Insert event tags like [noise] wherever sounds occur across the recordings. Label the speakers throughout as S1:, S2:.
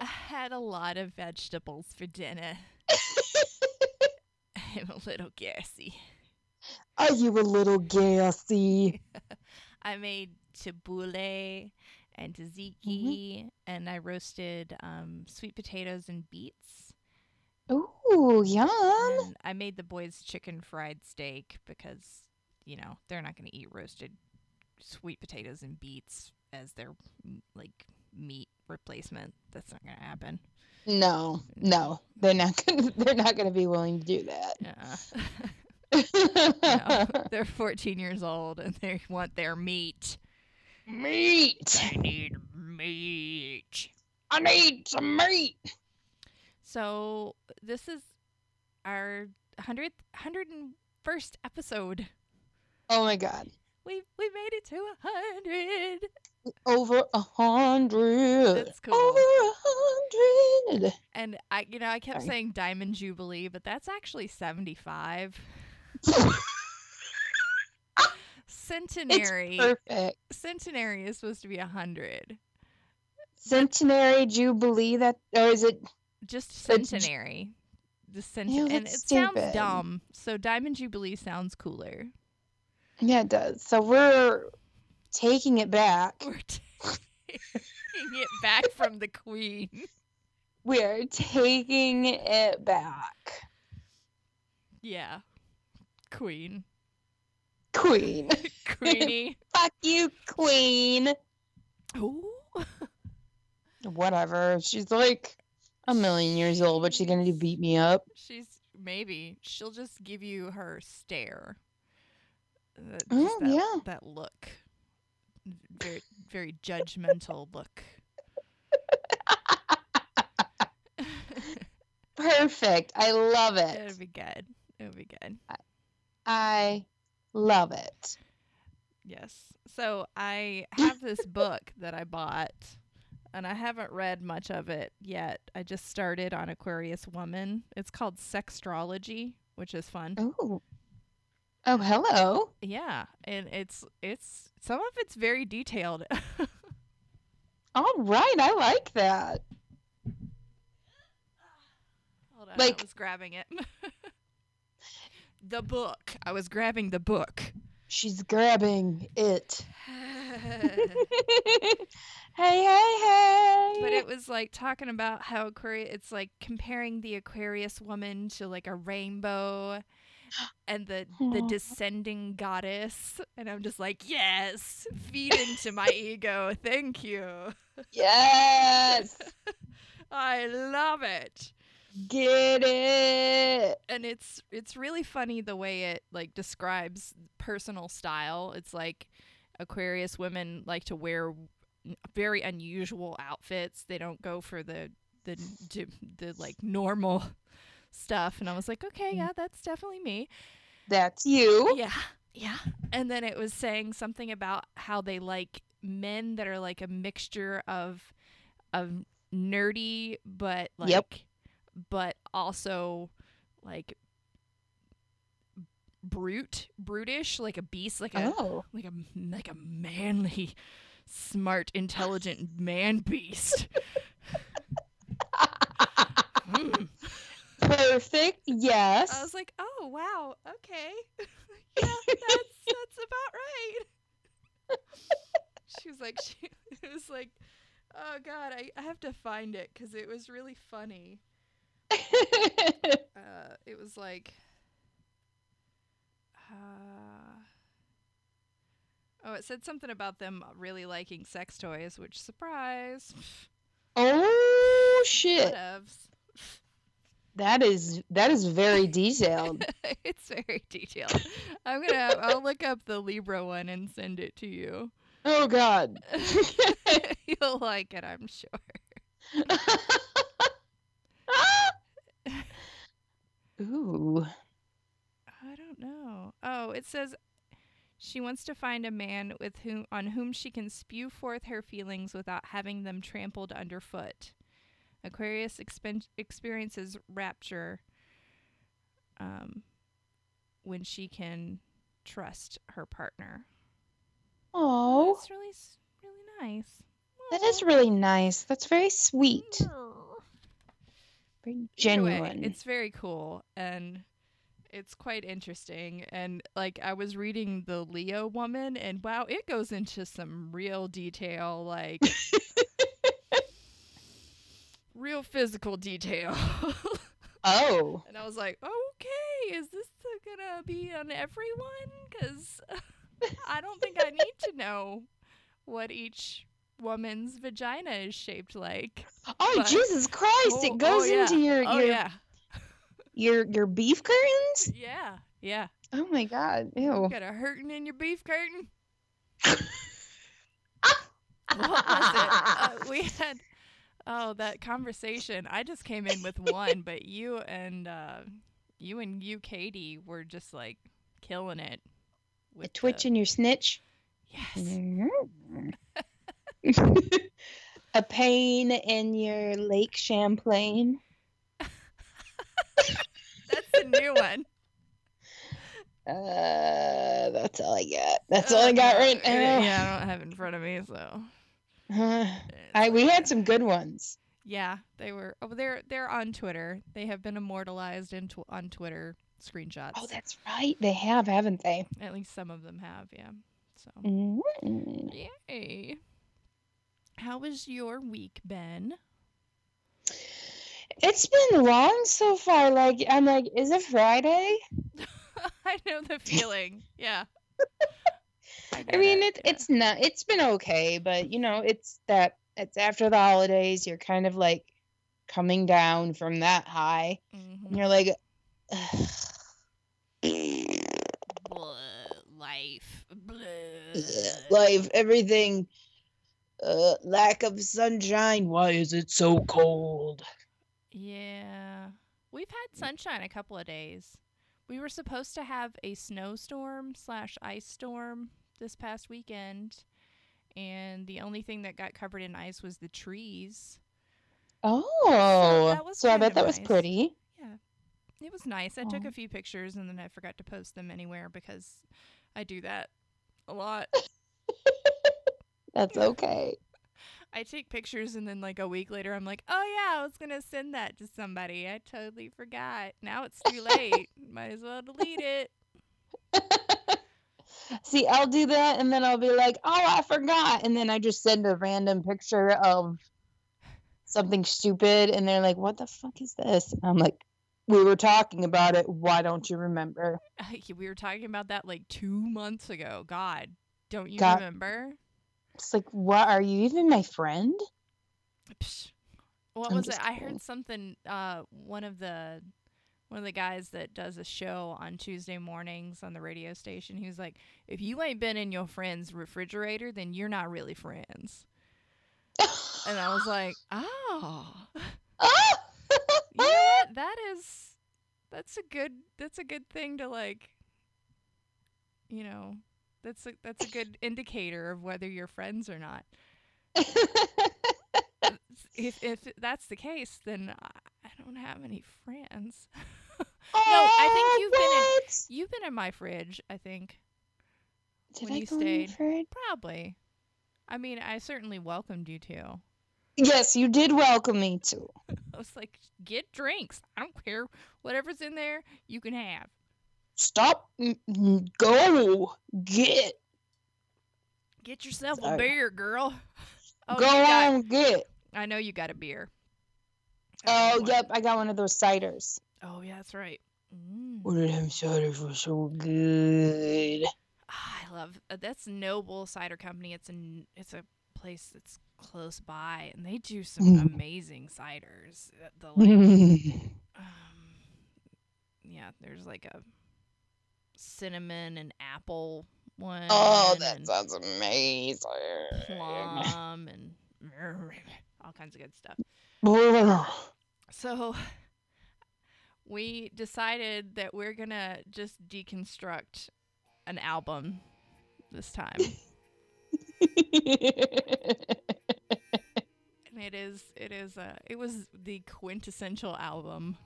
S1: had a lot of vegetables for dinner. [laughs] I'm a little gassy. [laughs]
S2: [laughs] Are you a little gassy?
S1: I made tabbouleh and tzatziki, and I roasted um, sweet potatoes and beets.
S2: Ooh, yum.
S1: and I made the boys chicken fried steak because, you know, they're not going to eat roasted sweet potatoes and beets as their m- like meat replacement. That's not going to happen.
S2: No, no, they're not gonna. [laughs] They're not gonna be willing to do that.
S1: Uh-uh. [laughs] no, they're 14 years old and they want their meat.
S2: [laughs] Meat.
S1: I need meat.
S2: I need some meat.
S1: So, this is our 100th 101st episode.
S2: Oh my god,
S1: We we made it to 100.
S2: over a hundred.
S1: That's cool.
S2: Over
S1: [laughs]
S2: a hundred.
S1: And I, you know, I kept
S2: Sorry.
S1: saying Diamond Jubilee, but that's actually 75. Centenary.
S2: Perfect.
S1: Centenary is supposed to be 100.
S2: Centenary Jubilee. That or is it?
S1: Just
S2: That's j-
S1: centenary. The cent-
S2: Ew,
S1: and it
S2: that's
S1: sounds
S2: stupid.
S1: dumb. So Diamond Jubilee sounds cooler. [laughs]
S2: Yeah, it does. So we're taking it back.
S1: We're [laughs] taking it back from the Queen.
S2: We're taking it back,
S1: Yeah. Queen.
S2: Queen. [laughs]
S1: [laughs] Queenie.
S2: Fuck you, Queen.
S1: Ooh.
S2: whatever. She's like a million years old, but she's gonna do beat me up.
S1: She's maybe. She'll just give you her stare. Uh, just
S2: Oh,
S1: that,
S2: yeah.
S1: That look. Very, very judgmental [laughs] look.
S2: Perfect. I love it.
S1: It'll be good. It'll be good.
S2: I love it.
S1: Yes. So I have this book that I bought, and I haven't read much of it yet. I just started on Aquarius Woman. It's called Sextrology, which is fun.
S2: Oh. Oh, hello.
S1: Yeah, and it's it's some of it's very detailed. [laughs]
S2: All right, I like that.
S1: Hold on,
S2: Like-
S1: I was grabbing it. [laughs] the book. I was grabbing the
S2: [laughs]
S1: book.
S2: She's grabbing [laughs] it. hey, hey, hey.
S1: but it was like talking about how Aquarius. It's like comparing the Aquarius woman to like a rainbow, and the the
S2: Aw.
S1: descending goddess. And I'm just like, yes, feed into
S2: [laughs]
S1: my ego. Thank you. [laughs]
S2: yes.
S1: I love it.
S2: Get it.
S1: and it's it's really funny the way it like describes personal style. It's like Aquarius women like to wear n- very unusual outfits. They don't go for the the the, the like normal [laughs] stuff. And I was like, okay,
S2: Mm.
S1: yeah, that's definitely me.
S2: That's you.
S1: Yeah, yeah. And then it was saying something about how they like men that are like a mixture of of nerdy, but like,
S2: Yep.
S1: but also like brute, brutish, like a beast, like a
S2: Oh.
S1: like a like a manly, smart, intelligent man
S2: [laughs]
S1: beast.
S2: Oh.
S1: Mm.
S2: Perfect. Yes.
S1: I was like, oh wow, okay, [laughs] yeah, that's that's about right. she was like, [laughs] she it was like, oh god, I, I have to find it because it was really funny.
S2: [laughs]
S1: Uh, it was like, uh, oh, it said something about them really liking sex toys, which surprise, [laughs]
S2: oh shit.
S1: whatevs.
S2: That is that is very detailed.
S1: [laughs] it's very detailed. I'm gonna have, I'll look up the Libra one and send it to you. [laughs]
S2: oh god.
S1: You'll like it, I'm sure.
S2: Ooh.
S1: I don't know. Oh, it says she wants to find a man with whom on whom she can spew forth her feelings without having them trampled underfoot. Aquarius expen- experiences rapture um, when she can trust her partner.
S2: Oh.
S1: That's really s- really nice.
S2: That is
S1: Aw.
S2: really nice. That's very sweet.
S1: Arr.
S2: Very
S1: Either way,
S2: genuine.
S1: it's very cool and it's quite interesting. And like I was reading the Leo woman and wow, it goes into some real detail, like real physical detail. [laughs]
S2: oh,
S1: and I was like, okay, is this gonna be on everyone? Because [laughs] I don't think I need to know what each woman's vagina is shaped like.
S2: oh,
S1: But-
S2: Jesus Christ!
S1: Oh, oh,
S2: it goes
S1: yeah.
S2: into your
S1: Oh
S2: your,
S1: yeah,
S2: your your beef curtains.
S1: yeah, yeah.
S2: Oh my God! Ew.
S1: Got a hurting in your beef curtain. What was it? Uh,
S2: [laughs]
S1: we had oh that conversation. I just came in with one, but you and uh, you and you, Katie, were just like killing it.
S2: A
S1: With
S2: twitch in your snitch.
S1: The, yes.
S2: [laughs] a pain in your Lake Champlain.
S1: That's the new one.
S2: Uh, that's all I got. [laughs] That's all I got
S1: Uh,
S2: right
S1: yeah,
S2: now.
S1: Yeah, I don't have it in front of me, so. it's
S2: [sighs] I we
S1: okay.
S2: had some good ones.
S1: Yeah, they were. Oh, they're they're on Twitter. They have been immortalized into on Twitter screenshots.
S2: Oh, that's right. They have, haven't they?
S1: At least some of them have. Yeah. So.
S2: Mm.
S1: Yay. How was your week, Ben?
S2: It's been long so far. Like I'm like, is it Friday?
S1: [laughs] I know the feeling. Yeah.
S2: I
S1: get
S2: mean, it,
S1: yeah.
S2: it's not. It's been okay, but you know, it's that. It's after the holidays. You're kind of like coming down from that high. And
S1: Mhm.
S2: you're like, [sighs]
S1: Blah, life. Blah.
S2: life, everything, uh, lack of sunshine. Why is it so cold?
S1: Yeah. We've had sunshine a couple of days. We were supposed to have a snowstorm slash ice storm this past weekend, and the only thing that got covered in ice was the trees.
S2: Oh,
S1: that was
S2: so I
S1: kind
S2: bet
S1: of
S2: that was
S1: nice.
S2: pretty.
S1: It was nice. I took
S2: Aw.
S1: a few pictures and then I forgot to post them anywhere because I do that a lot.
S2: That's okay. [laughs]
S1: I take pictures and then like a week later I'm like, "Oh yeah, I was going to send that to somebody. I totally forgot. Now it's too late. Might as well delete it." [laughs]
S2: See, I'll do that, and then I'll be like, "Oh, I forgot," and then I just send a random picture of something stupid, and they're like, "What the fuck is this?" And I'm like, "We were talking about it. Why don't you remember?"
S1: we were talking about that like 2 months ago. God, don't you
S2: God.
S1: remember?
S2: It's like, "What are you even my friend?"
S1: Psh. What
S2: I'm
S1: was it?
S2: just
S1: I
S2: kidding.
S1: heard something. Uh, one of the one of the guys that does a show on Tuesday mornings on the radio station. He was like, "If you ain't been in your friend's refrigerator, then you're not really friends." And I was
S2: [gasps]
S1: like, "Oh, you
S2: Ah!
S1: know what? That is that's a good that's a good thing to like, you know." That's a, that's a good indicator of whether you're friends or
S2: [laughs]
S1: not. If, if that's the case, then I I don't have any friends. I think
S2: Oh,
S1: you've been in-
S2: what?
S1: You've been in my fridge, I think.
S2: Did
S1: when
S2: I
S1: you
S2: go in your
S1: stayed.
S2: fridge?
S1: Probably. I mean, I certainly welcomed you to.
S2: Yes, you did welcome me to.
S1: I was like, get drinks. I don't care. Whatever's in there, you can have.
S2: Stop. n- n- Go. Get.
S1: Get yourself a
S2: Sorry.
S1: beer,
S2: [laughs]
S1: girl. Oh,
S2: go
S1: you got-
S2: on. Get.
S1: I know you got a beer. I know
S2: Oh,
S1: you want-
S2: yep. I got one of those ciders.
S1: Oh, yeah, that's right. Mm.
S2: Oh, them ciders were so
S1: [laughs]
S2: good.
S1: Ah, I love uh, that's Noble Cider Company. It's an it's a place that's close by, and they do some
S2: Mm. Mm-hmm.
S1: amazing ciders. Uh, The like,
S2: Mm.
S1: um, yeah, there's like a cinnamon and apple one.
S2: oh, that
S1: and
S2: sounds amazing. [laughs]
S1: plum and [laughs] all kinds of good stuff. So we decided that we're gonna just deconstruct an album this
S2: [laughs]
S1: time, and it is it is uh it was the quintessential album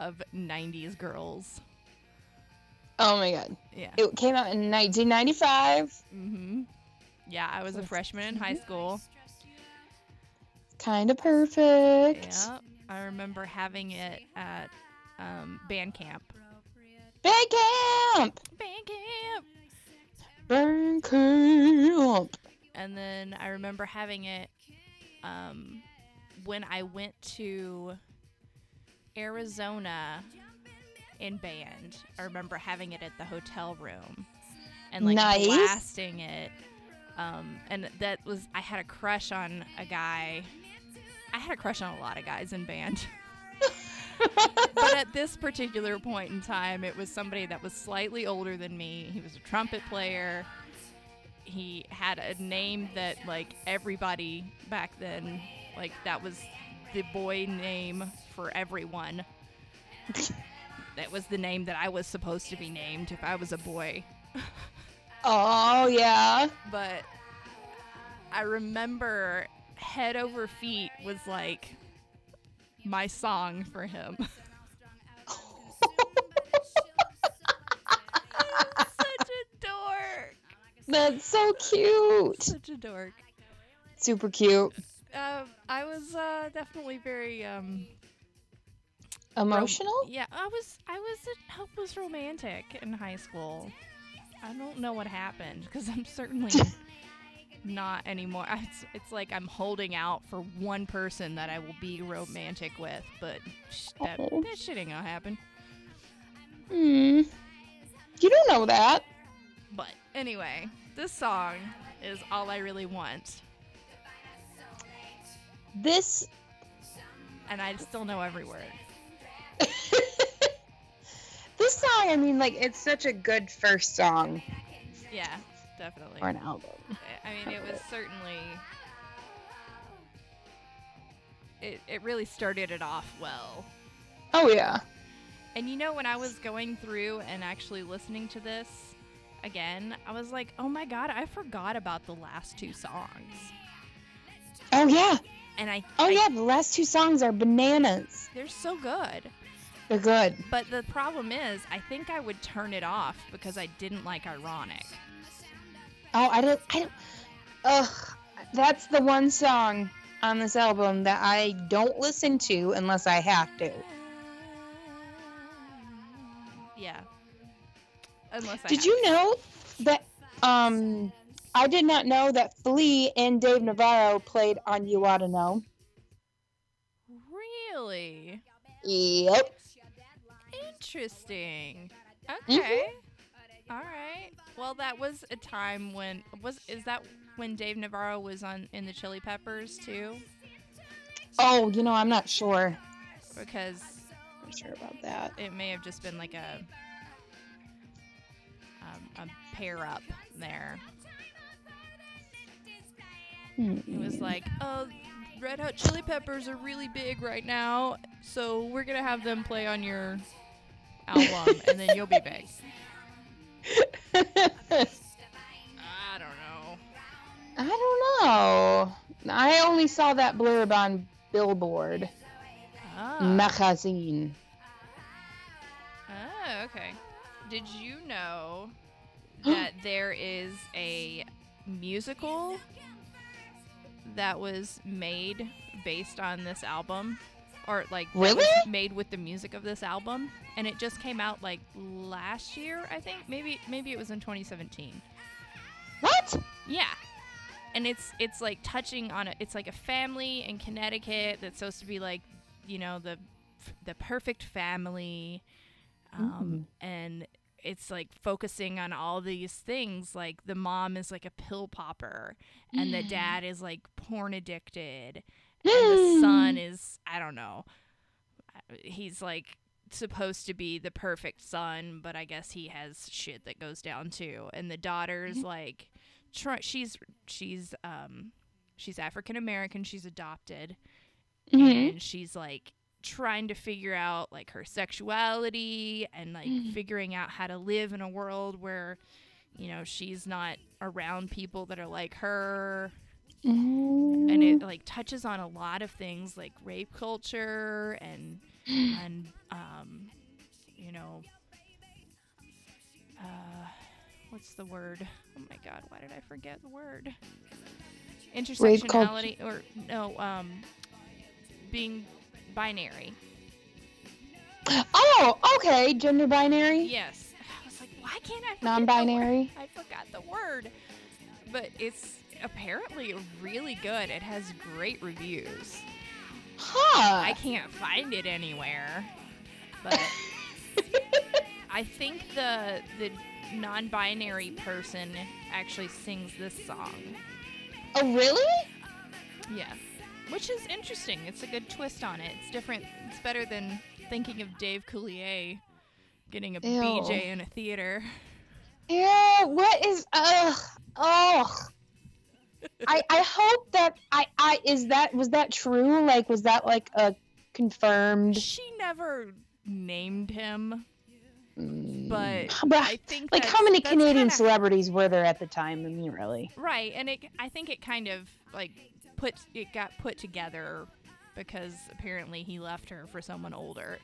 S1: of '90s girls.
S2: oh my god.
S1: Yeah.
S2: It came out in 1995.
S1: Mm-hmm. Yeah, I was a freshman in high school.
S2: Kind of perfect.
S1: Yeah. I remember having it at um, band camp.
S2: Band camp.
S1: Band camp.
S2: Band camp.
S1: And then I remember having it um, when I went to Arizona in band. I remember having it at the hotel room and like
S2: Nice.
S1: blasting it. Um, and that was I had a crush on a guy. I had a crush on a lot of guys in band. [laughs] but at this particular point in time, it was somebody that was slightly older than me. He was a trumpet player. He had a name that like everybody back then, like that was the boy name for everyone. that was the name that I was supposed to be named if I was a boy.
S2: Oh yeah.
S1: But I remember Head Over Feet was like my song for him. [laughs] Such a dork.
S2: That's so cute.
S1: Such a dork.
S2: Super cute.
S1: Um, I was uh, definitely very um,
S2: Emotional?
S1: yeah. I was I was a, I was romantic in high school. I don't know what happened because I'm certainly not anymore. It's, it's like I'm holding out for one person that I will be romantic with, but sh- that,
S2: Aw.
S1: that shit ain't gonna happen.
S2: Hmm. You don't know that.
S1: But anyway, this song is all I really want,
S2: This
S1: and I still know every word.
S2: this song, I mean, like it's such a good first song
S1: Yeah, definitely.
S2: for an album.
S1: I mean, it was certainly. It, it really started it off well.
S2: Oh yeah.
S1: And you know, when I was going through and actually listening to this again, I was like, oh my god, I forgot about the last two songs.
S2: Oh yeah.
S1: And I,
S2: Oh
S1: I-
S2: yeah. The last two songs are bananas.
S1: they're so good.
S2: They're good.
S1: But the problem is, I think I would turn it off because I didn't like ironic.
S2: Oh, I don't. I don't. Ugh. That's the one song on this album that I don't listen to unless I have to.
S1: Yeah. Unless I
S2: Did
S1: have
S2: you know that? Um, I did not know that Flea and Dave Navarro played on "You Oughta Know."
S1: to. Really
S2: Yep.
S1: interesting. Okay. All right. Well, that was a time when was is that when Dave Navarro was on in the Chili Peppers too?
S2: Oh, you know, I'm not sure.
S1: Because
S2: I'm not sure about that.
S1: it may have just been like a um, a pair up there. It was like, oh, Red Hot Chili Peppers are really big right now, so we're gonna have them play on your album, and then you'll be big. [laughs] I don't know.
S2: Hmm. [laughs] I don't know. I only saw that blurb on Billboard
S1: Ah.
S2: magazine.
S1: Oh, okay. Did you know that there is a musical that was made based on this album? Or like that was
S2: Really?
S1: made with the music of this album and it just came out like last year, I think. Maybe maybe it was in 2017.
S2: What?
S1: Yeah. And it's it's like touching on a, it's like a family in Connecticut that's supposed to be like, you know, the the perfect family. Um, and it's like focusing on all these things like the mom is like a pill popper and the dad is like porn addicted and the son is I don't know. uh, He's like supposed to be the perfect son, but I guess he has shit that goes down too. And the daughter's like, try- she's she's um she's African American. She's adopted,
S2: Mhm.
S1: and she's like trying to figure out like her sexuality and like
S2: Mhm.
S1: figuring out how to live in a world where you know she's not around people that are like her
S2: Mm-hmm.
S1: and it like touches on a lot of things like rape culture and and um, you know uh, what's the word oh my god why did i forget the word
S2: Rape cult-
S1: intersectionality or no um being binary.
S2: Oh, okay. Gender binary,
S1: Yes. I was like, why can't I? forget the word?"
S2: non-binary.
S1: I forgot the word. But it's apparently really good. It has great reviews.
S2: Huh.
S1: I can't find it anywhere.
S2: [laughs]
S1: But I think the the non-binary person actually sings this song.
S2: oh, really?
S1: Yes. Which is interesting. It's a good twist on it. It's different. It's better than thinking of Dave Coulier getting a
S2: Ew.
S1: BJ in a theater.
S2: Yeah. What is? Ugh. Oh. I I hope that I I is that was that true? Like, was that like a confirmed?
S1: She never named him.
S2: Mm,
S1: But
S2: but
S1: I think
S2: like,
S1: that's-
S2: how many
S1: that's
S2: Canadian
S1: kinda-
S2: celebrities were there at the time? I mean, really.
S1: Right, and it I think it kind of like put it got put together because apparently he left her for someone older.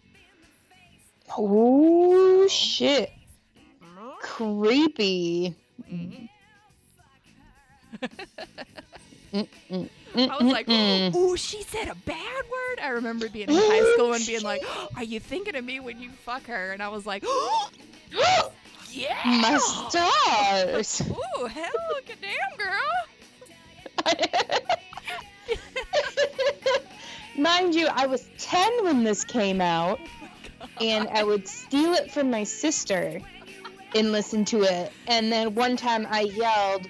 S2: Oh shit! Creepy.
S1: Mhm.
S2: Mm,
S1: I was like, oh.
S2: mm,
S1: ooh, ooh, she said a bad word. I remember being in high school and being like, are you thinking of me when you fuck her? And I was like, [gasps]
S2: mm.
S1: yeah,
S2: [gasps] my stars.
S1: Ooh, hell, good damn girl.
S2: Mind you, I was 10 when this came out,
S1: God.
S2: and I would steal it from my sister and listen to it. And then one time I yelled,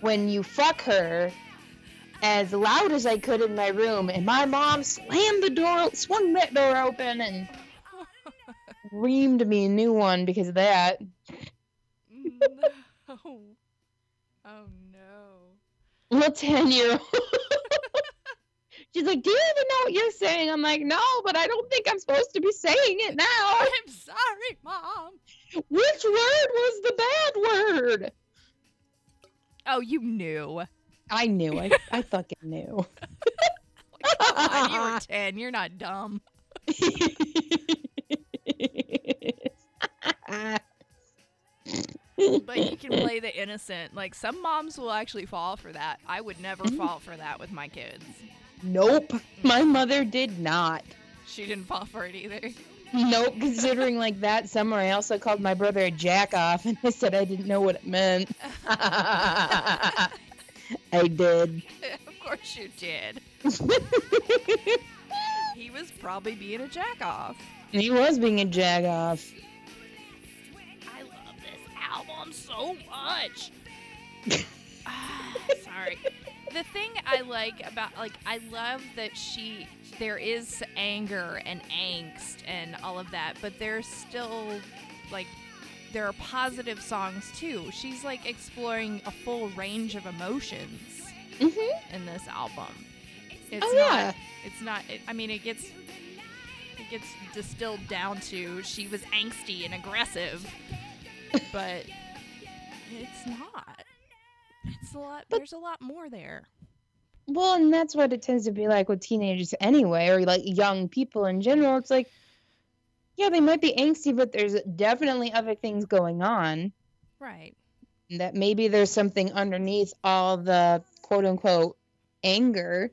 S2: When you fuck her, as loud as I could in my room, and my mom slammed the door, swung that door open, and reamed me a new one because of that.
S1: No. Oh no.
S2: little 10 year old. [laughs] She's like, Do you even know what you're saying? I'm like, No, but I don't think I'm supposed to be saying it now.
S1: I'm sorry, mom.
S2: Which word was the bad word?
S1: Oh, you knew.
S2: I knew. I, I fucking knew.
S1: God, you
S2: [laughs]
S1: were 10. You're not dumb. But you can play the innocent. Like, some moms will actually fall for that. I would never fall for that with my kids.
S2: nope. My mother did not.
S1: She didn't fall for it either. [laughs]
S2: Nope. Considering like that summer, I also called my brother a jack off and I said I didn't know what it meant. I did.
S1: of course you [laughs] did. He was probably being a jack off.
S2: he was being a jag off.
S1: I love this album so much. Ah, Sorry. The thing I like about like I love that she there is anger and angst and all of that, but there's still like there are positive songs too. She's like exploring a full range of emotions
S2: Mm-hmm.
S1: in this album. It's
S2: Oh,
S1: not
S2: yeah.
S1: it's not it, I mean it gets it gets distilled down to she was angsty and aggressive. But it's not. It's a lot
S2: But-
S1: there's a lot more there.
S2: Well, and that's what it tends to be like with teenagers anyway, or like young people in general. It's like, yeah, they might be angsty, but there's definitely other things going on.
S1: Right.
S2: That maybe there's something underneath all the quote unquote anger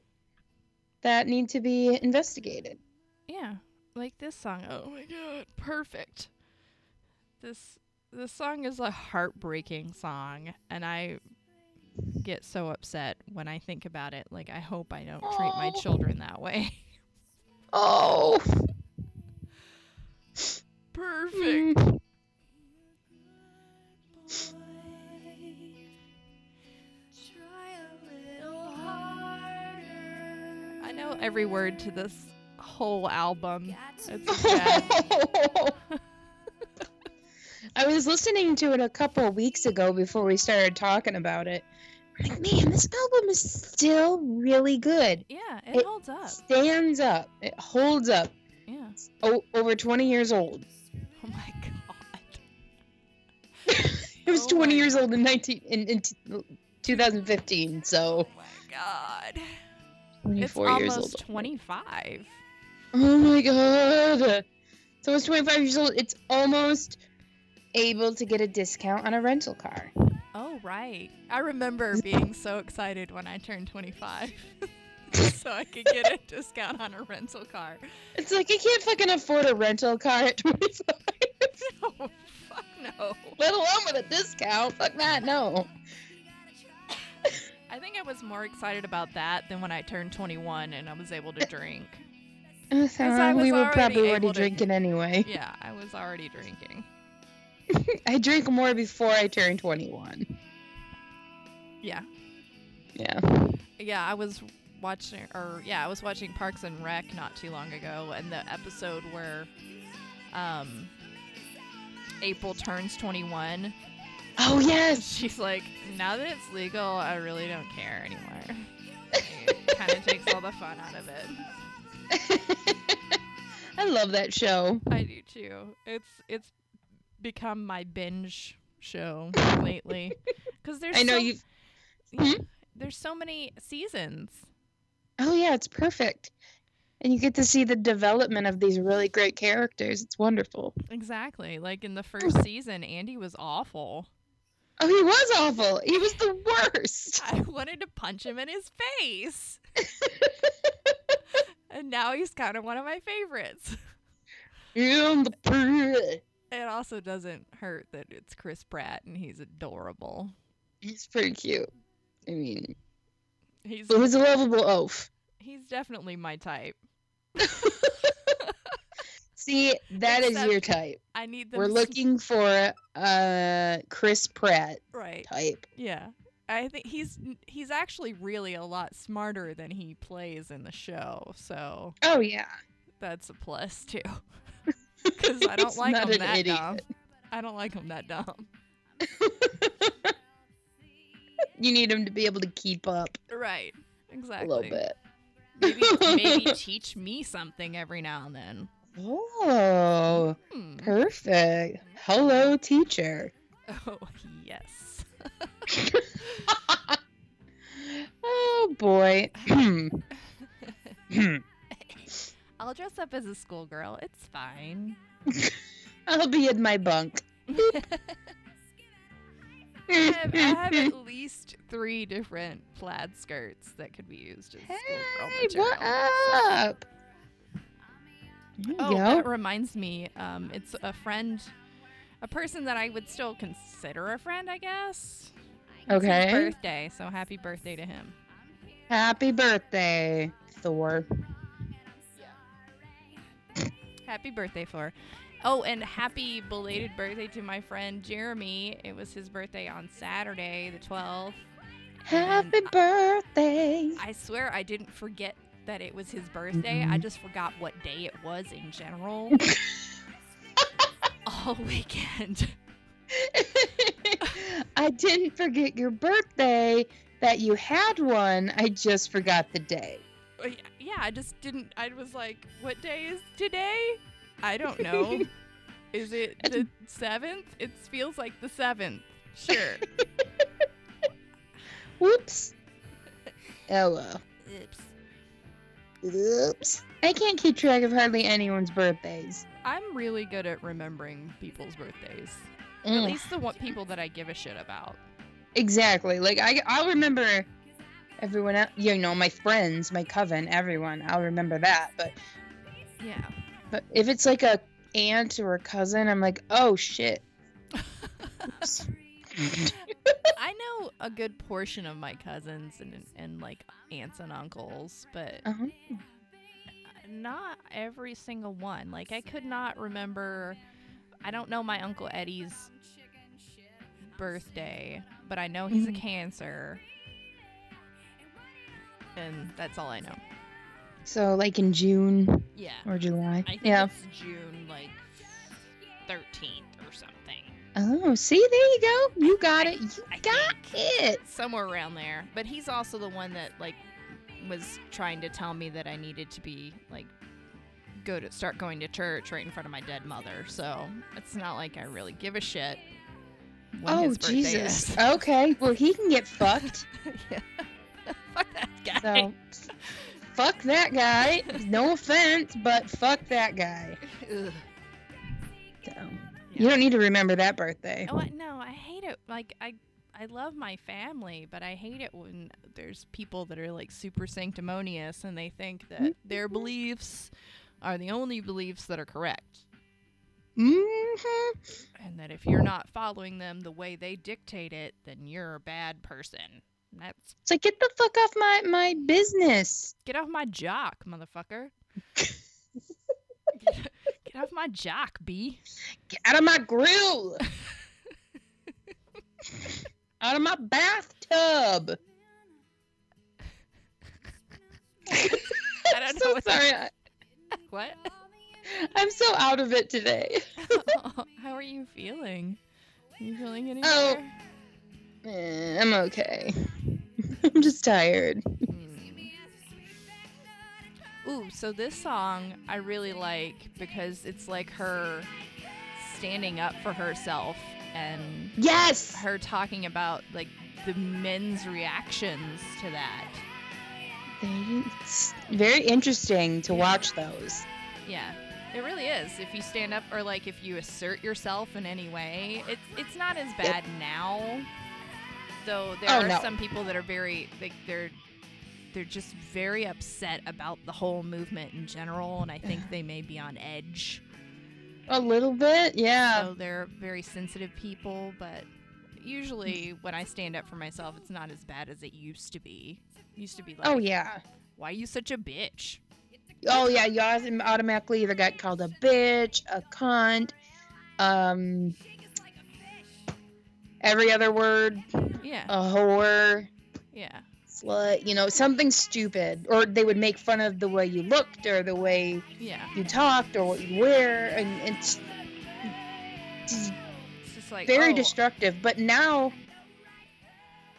S2: that need to be investigated.
S1: Yeah. Like this song. Oh my god, perfect. This this song is a heartbreaking song and I get so upset when I think about it. Like I hope I don't treat my
S2: Oh.
S1: children that way. [laughs]
S2: Oh,
S1: Perfect. [laughs]
S2: Mm-hmm.
S1: I know every word to this whole album. It's [laughs] sad.
S2: [laughs] I was listening to it a couple of weeks ago before we started talking about it. Like, man, this album is still really good.
S1: yeah, it,
S2: It-
S1: holds up.
S2: Stands up. It holds up.
S1: Yeah. [laughs]
S2: It's o- over 20 years old.
S1: Oh my god.
S2: It was
S1: Oh
S2: 20
S1: my
S2: years old in 19 in, in t- 2015, so
S1: Oh my god. It's
S2: 24 years old.
S1: almost 25.
S2: Oh my god. So it's 25 years old. It's almost able to get a discount on a rental car.
S1: Oh right. I remember being so excited when I turned 25. [laughs] so I could get a discount on a rental car. [laughs]
S2: It's like I can't fucking afford a rental car [laughs] at 25,
S1: Oh, fuck no.
S2: let alone with a discount. Fuck that, no.
S1: I think I was more excited about that than when I turned 21 and I was able to drink. I
S2: Uh,
S1: was
S2: we were
S1: already
S2: probably already
S1: able to-
S2: drinking anyway.
S1: Yeah, I was already drinking.
S2: [laughs] I drank more before I turned 21.
S1: Yeah.
S2: Yeah.
S1: Yeah, I was watching, or yeah, I was watching Parks and Rec not too long ago, and the episode where um, April turns 21,
S2: Oh, yes.
S1: [laughs]
S2: [laughs]
S1: she's like, now that it's legal, I really don't care anymore. [laughs] kind of takes all the fun out of it.
S2: I love that show.
S1: I do too. It's it's become my binge show [laughs] lately because there's
S2: I know
S1: so,
S2: you.
S1: yeah, there's so many seasons.
S2: Oh, yeah, it's perfect. And you get to see the development of these really great characters. It's wonderful.
S1: Exactly. Like in the first [laughs] season, Andy was awful.
S2: Oh, he was awful. He was the worst.
S1: [laughs] I wanted to punch him in his
S2: [laughs]
S1: face. and now he's kind of one of my favorites.
S2: And the pr-
S1: It also doesn't hurt that it's Chris Pratt and he's adorable.
S2: He's pretty cute. I mean,
S1: He's
S2: but he's a lovable oaf.
S1: he's definitely my type.
S2: See, that is
S1: Except
S2: your type.
S1: I need them
S2: We're
S1: s-
S2: looking for a Chris Pratt
S1: right.
S2: type.
S1: Yeah. I think he's he's actually really a lot smarter than he plays in the show, so
S2: Oh yeah.
S1: that's a plus
S2: [laughs]
S1: too. Because I don't
S2: He's
S1: like
S2: not
S1: him
S2: an
S1: that
S2: idiot.
S1: dumb. I don't like him that dumb.
S2: You need him to be able to keep up
S1: Right. Exactly.
S2: a little bit.
S1: maybe, maybe [laughs] teach me something every now and then.
S2: Oh,
S1: Hmm.
S2: perfect. Hello, teacher.
S1: [laughs]
S2: [laughs]
S1: Oh, yes. [laughs]
S2: Oh boy. [clears throat]
S1: I'll dress up as a schoolgirl. It's fine. [laughs]
S2: I'll be in my bunk.
S1: I have, I have
S2: [laughs]
S1: [laughs] at least three different plaid skirts that could be used as schoolgirl
S2: Hey,
S1: material.
S2: what up? There you
S1: Oh,
S2: go.
S1: that reminds me. Um, it's a friend, a person that I would still consider a friend, I guess. It's his
S2: Okay.
S1: birthday, so happy birthday to him.
S2: Happy birthday, Thor.
S1: Happy birthday for. Oh, and happy belated birthday to my friend Jeremy. It was his birthday on Saturday, the 12th.
S2: Happy birthday.
S1: I swear I didn't forget that it was his birthday. I just forgot what day it was in general. All weekend.
S2: [laughs]
S1: [laughs]
S2: I didn't forget your birthday that you had one. I just forgot the day.
S1: Yeah, I just didn't. I was like, what day is today? I don't know. is it the 7th? It feels like the 7th. Sure.
S2: Whoops. Hello.
S1: Oops.
S2: Oops. I can't keep track of hardly anyone's birthdays.
S1: I'm really good at remembering people's birthdays. At
S2: Mm.
S1: least the one people that I give a shit about.
S2: Exactly. Like I, I'll remember everyone else. You know, my friends, my coven, everyone. I'll remember that. But
S1: Yeah.
S2: but if it's like a aunt or a cousin, I'm like,
S1: [laughs]
S2: oh shit. Oops.
S1: [laughs] I know a good portion of my cousins and, and like aunts and uncles, but
S2: Uh-huh.
S1: not every single one. Like I could not remember. I don't know my uncle Eddie's birthday, but I know he's a
S2: Mhm.
S1: cancer, and that's all I know.
S2: So like in June
S1: Yeah,
S2: or July.
S1: I think
S2: Yeah.
S1: it's June like thirteenth or something.
S2: Oh, see, there you go. You got it. You
S1: I
S2: got it.
S1: somewhere around there. But he's also the one that like was trying to tell me that I needed to be like go to start going to church right in front of my dead mother. So it's not like I really give a shit. When
S2: oh
S1: his birthday
S2: Jesus.
S1: Is.
S2: Okay. Well, he can get fucked.
S1: [laughs] yeah. [laughs] Fuck that guy.
S2: So. Fuck that guy. No offense, but fuck
S1: [laughs]
S2: that guy.
S1: [laughs] Ugh.
S2: So, You don't need to remember that birthday. [laughs]
S1: Oh, I, no, I hate it. Like I, I love my family, but I hate it when there's people that are like super sanctimonious and they think that
S2: Mm-hmm.
S1: their beliefs are the only beliefs that are correct.
S2: Mm-hmm.
S1: And that if you're not following them the way they dictate it, then you're a bad person. And That's
S2: It's like get the fuck off my my business.
S1: get off my jock,
S2: [laughs]
S1: motherfucker. get off my jock,
S2: [laughs]
S1: B.
S2: Get out of
S1: [laughs]
S2: my grill. out of my bathtub.
S1: I don't
S2: I'm so
S1: know what
S2: sorry. I,
S1: That, what? [laughs]
S2: I'm so out of it today.
S1: How are you feeling? Are you feeling any
S2: Oh.
S1: better?
S2: Eh, I'm okay. [laughs] I'm just tired.
S1: Mm. Ooh, so this song I really like because it's like her standing up for herself and
S2: Yes.
S1: her talking about like the men's reactions to that.
S2: It's very interesting to watch those.
S1: Yeah. It really is. If you stand up or like if you assert yourself in any way, it's it's not as bad now. Though there
S2: Oh,
S1: are
S2: no.
S1: some people that are very like they're they're just very upset about the whole movement in general
S2: [sighs]
S1: and I think they may be on edge.
S2: A little bit, yeah.
S1: So they're very sensitive people, but usually
S2: Mm.
S1: when I stand up for myself, it's not as bad as it used to be. used to be like,
S2: Oh yeah.
S1: why you such a bitch?
S2: Oh yeah. You autom- automatically either got called a bitch, a cunt, um, every other word,
S1: Yeah,
S2: a whore,
S1: yeah,
S2: slut. You know, something stupid, or they would make fun of the way you looked, or the way
S1: yeah.
S2: you talked, or what you wear, and it's
S1: It's just like
S2: very
S1: oh,
S2: destructive. But now,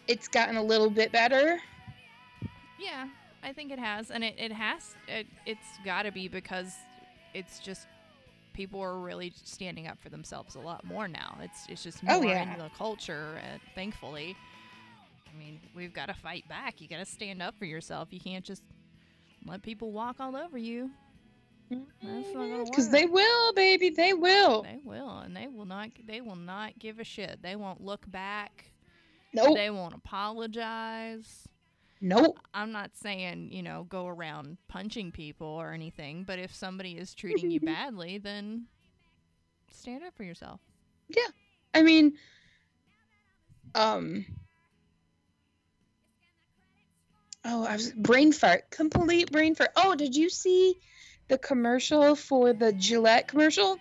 S2: it's gotten a little bit better.
S1: Yeah, I think it has, and it it has. It, it's got to be because it's just people are really standing up for themselves a lot more now. It's it's just more
S2: Oh, yeah.
S1: in the culture, uh, thankfully. I mean, we've got to fight back. You got to stand up for yourself. You can't just let people walk all over you. Mm-hmm. That's not gonna
S2: Because they
S1: work.
S2: will, baby, they will.
S1: They will, and they will not. They will not give a shit. They won't look back.
S2: Nope,
S1: They won't apologize.
S2: nope.
S1: I'm not saying, you know, go around punching people or anything, but if somebody is treating [laughs] you badly, then stand up for yourself.
S2: I mean, um, oh, I was brain fart, complete brain fart. Oh, did you see the commercial for the Gillette commercial?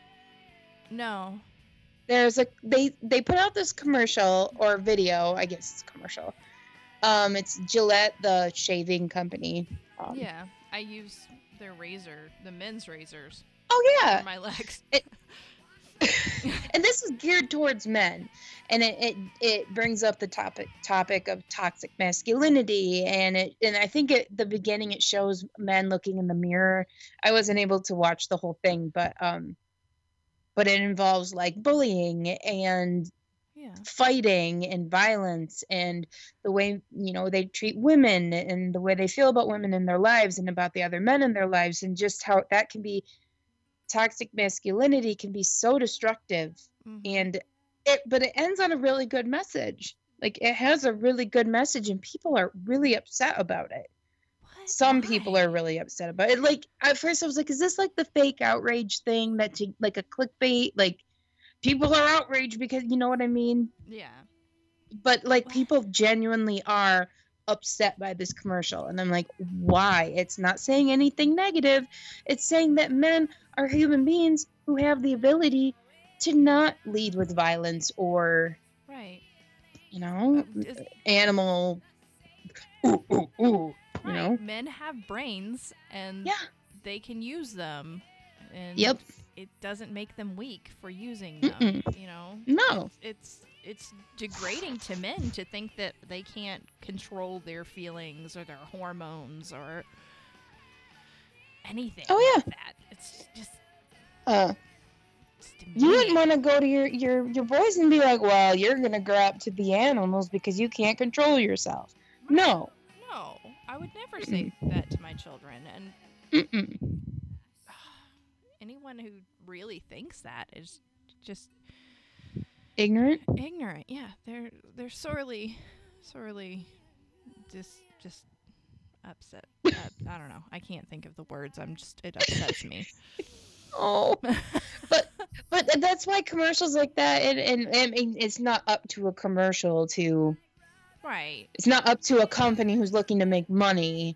S1: No.
S2: There's a they they put out this commercial or video, I guess it's a commercial. Um, it's Gillette, the shaving company. Um,
S1: Yeah. I use their razor, the men's razors,
S2: Oh yeah.
S1: for my legs.
S2: [laughs] and this is geared towards men and it, it it brings up the topic topic of toxic masculinity and it and i think at the beginning it shows men looking in the mirror i wasn't able to watch the whole thing but um but it involves like bullying and
S1: [laughs] Yeah.
S2: fighting and violence and the way you know they treat women and the way they feel about women in their lives and about the other men in their lives and just how that can be toxic masculinity can be so destructive
S1: Mhm.
S2: and it but it ends on a really good message like it has a really good message and people are really upset about it
S1: What?
S2: some people are
S1: Why?
S2: really upset about it like at first i was like is this like the fake outrage thing that to, like a clickbait like people are outraged because you know what i mean
S1: Yeah.
S2: but like
S1: What?
S2: people genuinely are upset by this commercial and i'm like why it's not saying anything negative it's saying that men are human beings who have the ability to not lead with violence or
S1: Right.
S2: Mm, you know
S1: Uh, is-
S2: animal ooh, ooh, ooh, you
S1: right.
S2: know
S1: Men have brains and
S2: yeah
S1: they can use them. And
S2: Yep.
S1: It doesn't make them weak for using them,
S2: Mm-mm.
S1: you know?
S2: no
S1: it's it's degrading to men to think that they can't control their feelings or their hormones or anything.
S2: Oh, yeah.
S1: like that it's just
S2: uh
S1: it's
S2: you wouldn't
S1: demeaning.
S2: want to go to your your your boys and be like well you're gonna grow up to the animals because you can't control yourself no
S1: no, I would never say that to my children. And [sighs]
S2: Mm-mm.
S1: anyone who really thinks that is just
S2: Ignorant.
S1: ignorant. Yeah, they're they're sorely, sorely, just just upset. [laughs] Uh, I don't know. I can't think of the words. I'm just it upsets me.
S2: Oh, but th- that's why commercials like that, and, and I mean, it's not up to a commercial to.
S1: right.
S2: It's not up to a company who's looking to make money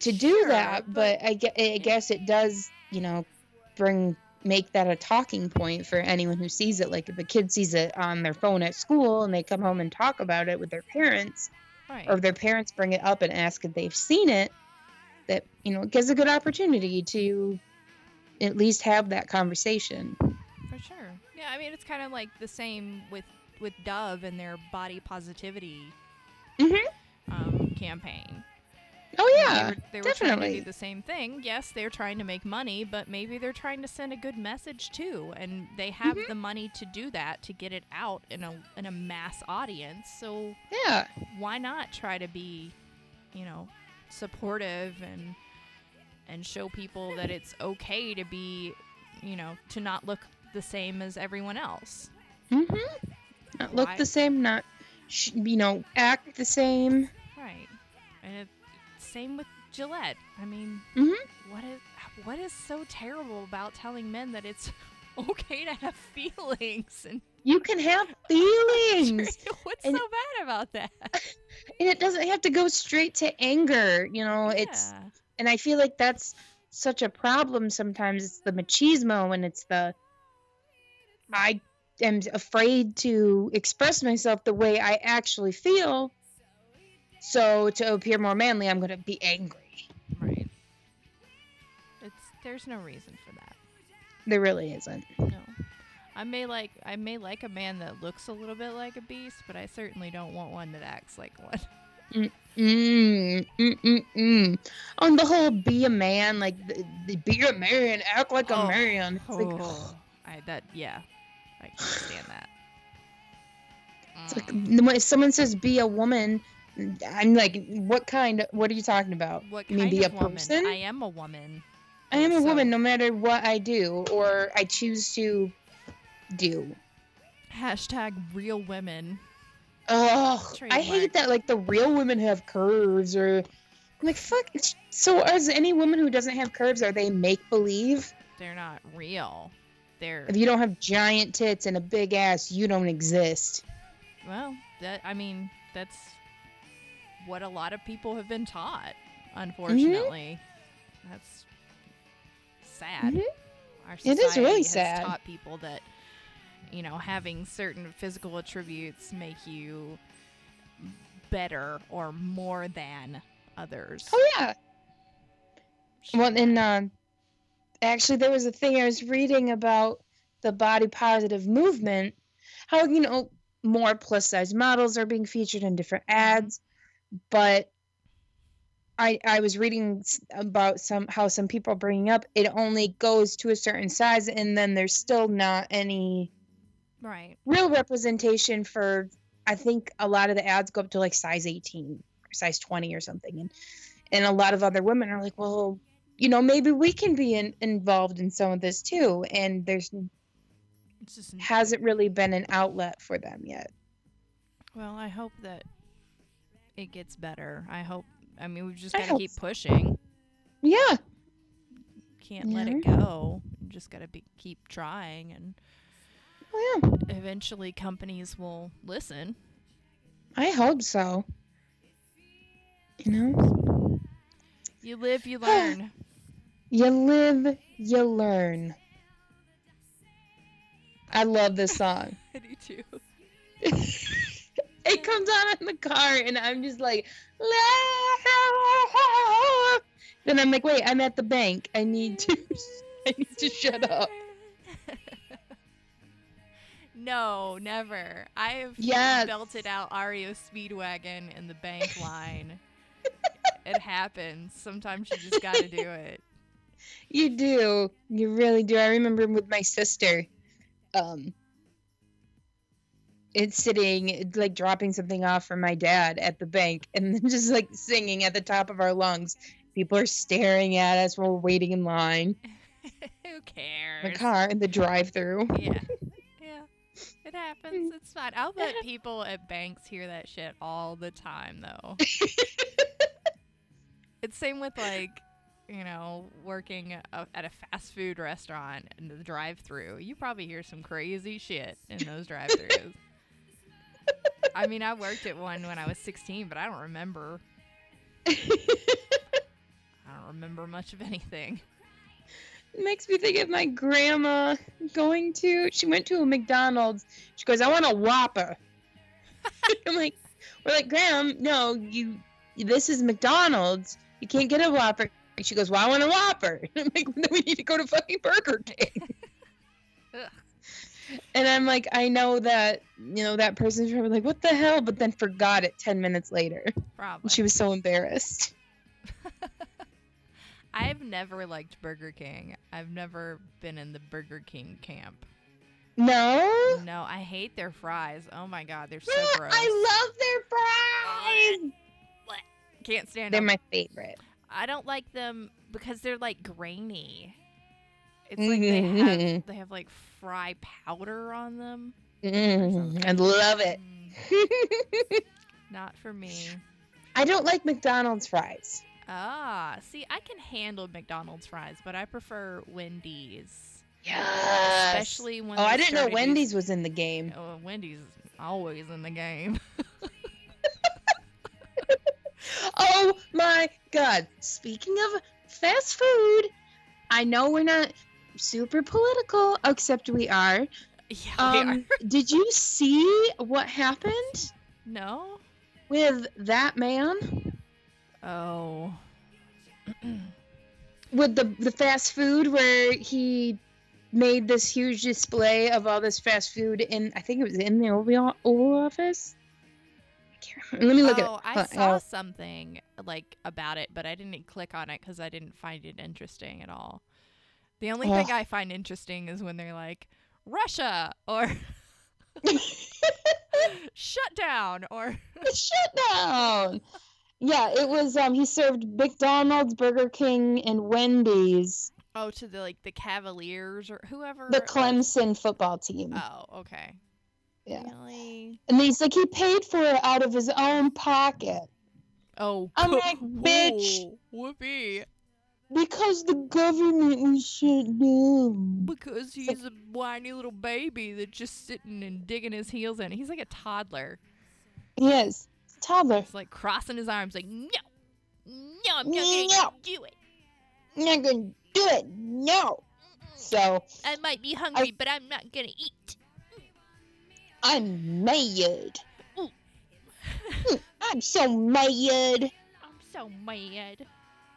S2: to do
S1: Sure,
S2: that. But, I, gue- I guess it does, you know, bring make that a talking point for anyone who sees it. Like if a kid sees it on their phone at school and they come home and talk about it with their parents,
S1: Right.
S2: or their parents bring it up and ask if they've seen it, that you know it gives a good opportunity to at least have that conversation.
S1: For sure. Yeah, I mean it's kind of like the same with with Dove and their body positivity
S2: Mhm.
S1: um, campaign.
S2: Oh
S1: they
S2: yeah,
S1: were, they were trying to
S2: definitely.
S1: do the same thing. Yes, they're trying to make money, but maybe they're trying to send a good message too, and they have
S2: Mm-hmm.
S1: the money to do that to get it out in a in a mass audience. So
S2: yeah,
S1: why not try to be, you know, supportive and and show people that it's okay to be, you know, to not look the same as everyone else.
S2: hmm Not look
S1: Why-
S2: the same, not sh- you know act the same.
S1: Right. And it, same with Gillette. I mean,
S2: Mhm.
S1: what is what is so terrible about telling men that it's [laughs] okay to have feelings and
S2: You can have [laughs] feelings,
S1: [laughs] what's
S2: And-
S1: so bad about that?
S2: and it doesn't have to go straight to anger. You know, Oh, it's
S1: [laughs] Yeah.
S2: and I feel like that's such a problem sometimes. It's the machismo and it's the I am afraid to express myself the way I actually feel. So to appear more manly, I'm going to be angry.
S1: right. It's there's no reason for that.
S2: There really isn't.
S1: No. I may like I may like a man that looks a little bit like a beast, but I certainly don't want one that acts like one. [laughs]
S2: Mm, mm, mm, mm. On the whole, be a man, like the, the, be a man, act like
S1: Oh.
S2: a man. It's like, oh.
S1: I that yeah. I can stand that.
S2: [sighs]
S1: Mm.
S2: it's like when someone says be a woman, I'm like, what kind? What are you talking about?
S1: What
S2: You
S1: kind
S2: mean be
S1: of
S2: a
S1: woman?
S2: person?
S1: I am a woman.
S2: I am a
S1: So-
S2: woman, no matter what I do or I choose to do.
S1: Hashtag real women.
S2: Oh, I
S1: Trademark.
S2: hate that. Like the real women have curves, or I'm like fuck. it's- So, is any woman who doesn't have curves are they make believe?
S1: They're not real. They're
S2: If you don't have giant tits and a big ass, you don't exist.
S1: well. That I mean, that's what a lot of people have been taught. Unfortunately,
S2: Mm-hmm.
S1: that's sad.
S2: Mhm.
S1: Our
S2: It is
S1: society
S2: really
S1: has
S2: sad.
S1: taught people that you know having certain physical attributes make you better or more than others.
S2: Oh yeah. Well, and um, actually, there was a thing I was reading about the body positive movement. How you know more plus size models are being featured in different ads, but I I was reading s- about some how some people are bringing up it only goes to a certain size, and then there's still not any
S1: Right.
S2: real representation for I think a lot of the ads go up to like size 18 or size 20 or something and and a lot of other women are like well you know maybe we can be in, involved in some of this too and there's
S1: It's just
S2: hasn't really been an outlet for them yet
S1: Well, I hope that it gets better. I hope. I mean, we've just
S2: I
S1: got to
S2: hope
S1: keep pushing.
S2: yeah
S1: Can't let it go. You just got to be keep trying, and
S2: well, Oh, yeah
S1: eventually companies will listen.
S2: I hope so you know
S1: You live,
S2: [sighs]
S1: you
S2: [laughs]
S1: learn.
S2: you live you learn I love this song
S1: I do too.
S2: it comes on in the car and i'm just like then i'm like wait i'm at the bank i need to [laughs] i need to shut up
S1: [laughs] No, never. I have
S2: Yes.
S1: belted out Ario Speedwagon in the
S2: [laughs]
S1: bank line. it happens. Sometimes you just got to do it.
S2: you do you really do i remember with my sister um it's sitting like dropping something off for my dad at the bank and then [laughs] just like singing at the top of our lungs people are staring at us while we're waiting in line
S1: Who
S2: in
S1: cares?
S2: the car in the drive-through
S1: Yeah. Yeah. It happens. It's fine. I'll bet people at banks hear that shit all the time, though. it's same with like, you know, working a, at a fast food restaurant in the drive-through. You probably hear some crazy shit in those drive-throughs. I mean, I worked at one when I was 16, but I don't remember. I don't remember much of anything.
S2: It makes me think of my grandma going to. She went to a McDonald's. She goes, "I want a Whopper." [laughs] I'm like, "We're like, Graham, no, you. This is McDonald's. You can't get a Whopper." And she goes, "Well, I want a Whopper." [laughs] And I'm like, "No, we need to go to fucking Burger King."
S1: [laughs] Ugh.
S2: and I'm like, "I know that you know that person's probably like, what the hell?" But then forgot it ten minutes later. [laughs]
S1: Probably.
S2: And she was so embarrassed.
S1: I've never liked Burger King. I've never been in the Burger King camp.
S2: No.
S1: No, I hate their fries. Oh my god, they're Mm, so
S2: Ah,
S1: gross.
S2: [gasps] I love their fries.
S1: Can't stand
S2: They're
S1: them.
S2: my favorite.
S1: I don't like them because they're like grainy. It's like they have
S2: Mhm.
S1: they have like fry powder on them.
S2: Mm, I love it. [laughs]
S1: Mm, Not for me.
S2: I don't like McDonald's fries.
S1: Ah, see, I can handle McDonald's fries, but I prefer Wendy's,
S2: Yes.
S1: especially when.
S2: oh,
S1: they
S2: I didn't know
S1: started these-
S2: Wendy's was in the game.
S1: Oh, Wendy's is always in the game. [laughs]
S2: Oh my god. Speaking of fast food, I know we're not super political, except we are.
S1: yeah,
S2: Um,
S1: they are. [laughs]
S2: did you see what happened
S1: No.
S2: with that man?
S1: Oh.
S2: With the the fast food where he made this huge display of all this fast food in I think it was in the Oval, Oval Office. I can't remember. Let me look at it.
S1: oh, I
S2: Hold on,
S1: saw
S2: I'll-
S1: something like about it, but I didn't click on it because I didn't find it interesting at all. The only
S2: Ugh.
S1: thing I find interesting is when they're like Russia or [laughs]
S2: [laughs]
S1: shut down or
S2: shut down. Yeah, it was. Um, he served McDonald's, Burger King, and Wendy's,
S1: oh to the like the Cavaliers or whoever.
S2: the
S1: it was.
S2: Clemson football team.
S1: Oh, okay.
S2: Yeah.
S1: Really?
S2: And he's like, he paid for it out of his own pocket
S1: Oh,
S2: I'm like, bitch.
S1: whoa, Whoopee.
S2: because the government was shut down.
S1: Because he's a whiny little baby that's just sitting and digging his heels in. He's like a toddler.
S2: Yes, toddler.
S1: He's like crossing his arms, like, no, no, I'm not
S2: No.
S1: gonna do it.
S2: I'm not gonna do it. No.
S1: Mm-mm.
S2: So
S1: I might be hungry, but I'm not gonna eat.
S2: I'm [laughs] mad.
S1: Ooh.
S2: Mm, I'm so mad.
S1: I'm so
S2: [laughs]
S1: mad.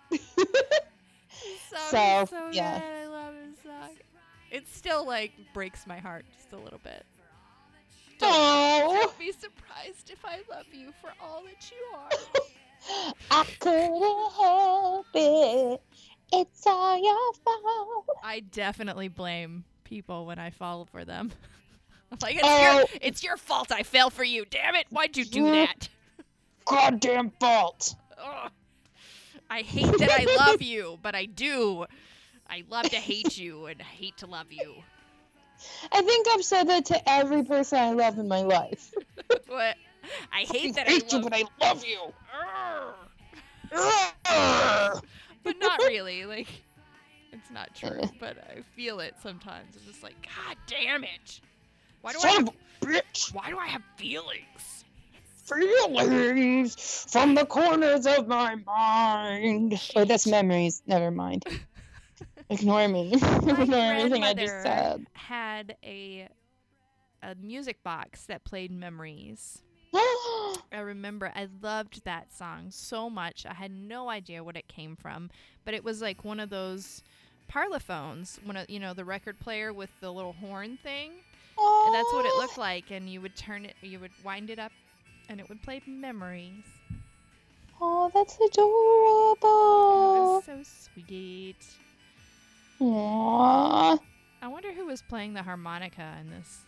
S1: so,
S2: So,
S1: so
S2: yeah.
S1: mad. I love his song. It still like breaks my heart just a little bit. Don't,
S2: Oh,
S1: don't be surprised if I love you for all that you are.
S2: I couldn't help it. It's all your fault.
S1: I definitely blame people when I fall for them. [laughs] I'm like, it's,
S2: Oh. Mm.
S1: your, it's your fault I fell for you. Damn it. Why'd you do
S2: Yeah.
S1: that?
S2: Goddamn fault.
S1: Ugh. I hate that I love you, but I do. I love to hate you and hate to love you.
S2: I think I've said that to every person I love in my life.
S1: What? I hate that I
S2: hate you,
S1: love
S2: but I love you.
S1: Ugh.
S2: Urgh.
S1: But not really. Like, it's not true,
S2: [laughs]
S1: but I feel it sometimes. It's just like, God damn it. Why do I
S2: Son
S1: have,
S2: of a bitch.
S1: why do I have feelings?
S2: Feelings from the corners of my mind. Oh, that's memories. Never mind.
S1: [laughs]
S2: Ignore me. [laughs] Ignore everything I just
S1: grandmother.
S2: said. [gasps]
S1: had a a music box that played memories. I remember I loved that song so much. I had no idea what it came from, but it was like one of those parlophones, one of you know the record player with the little horn thing, and that's what it looked like. And you would turn it, you would wind it up, and it would play memories.
S2: Oh, that's
S1: It
S2: adorable.
S1: was so sweet.
S2: Aww.
S1: I wonder who was playing the harmonica in this.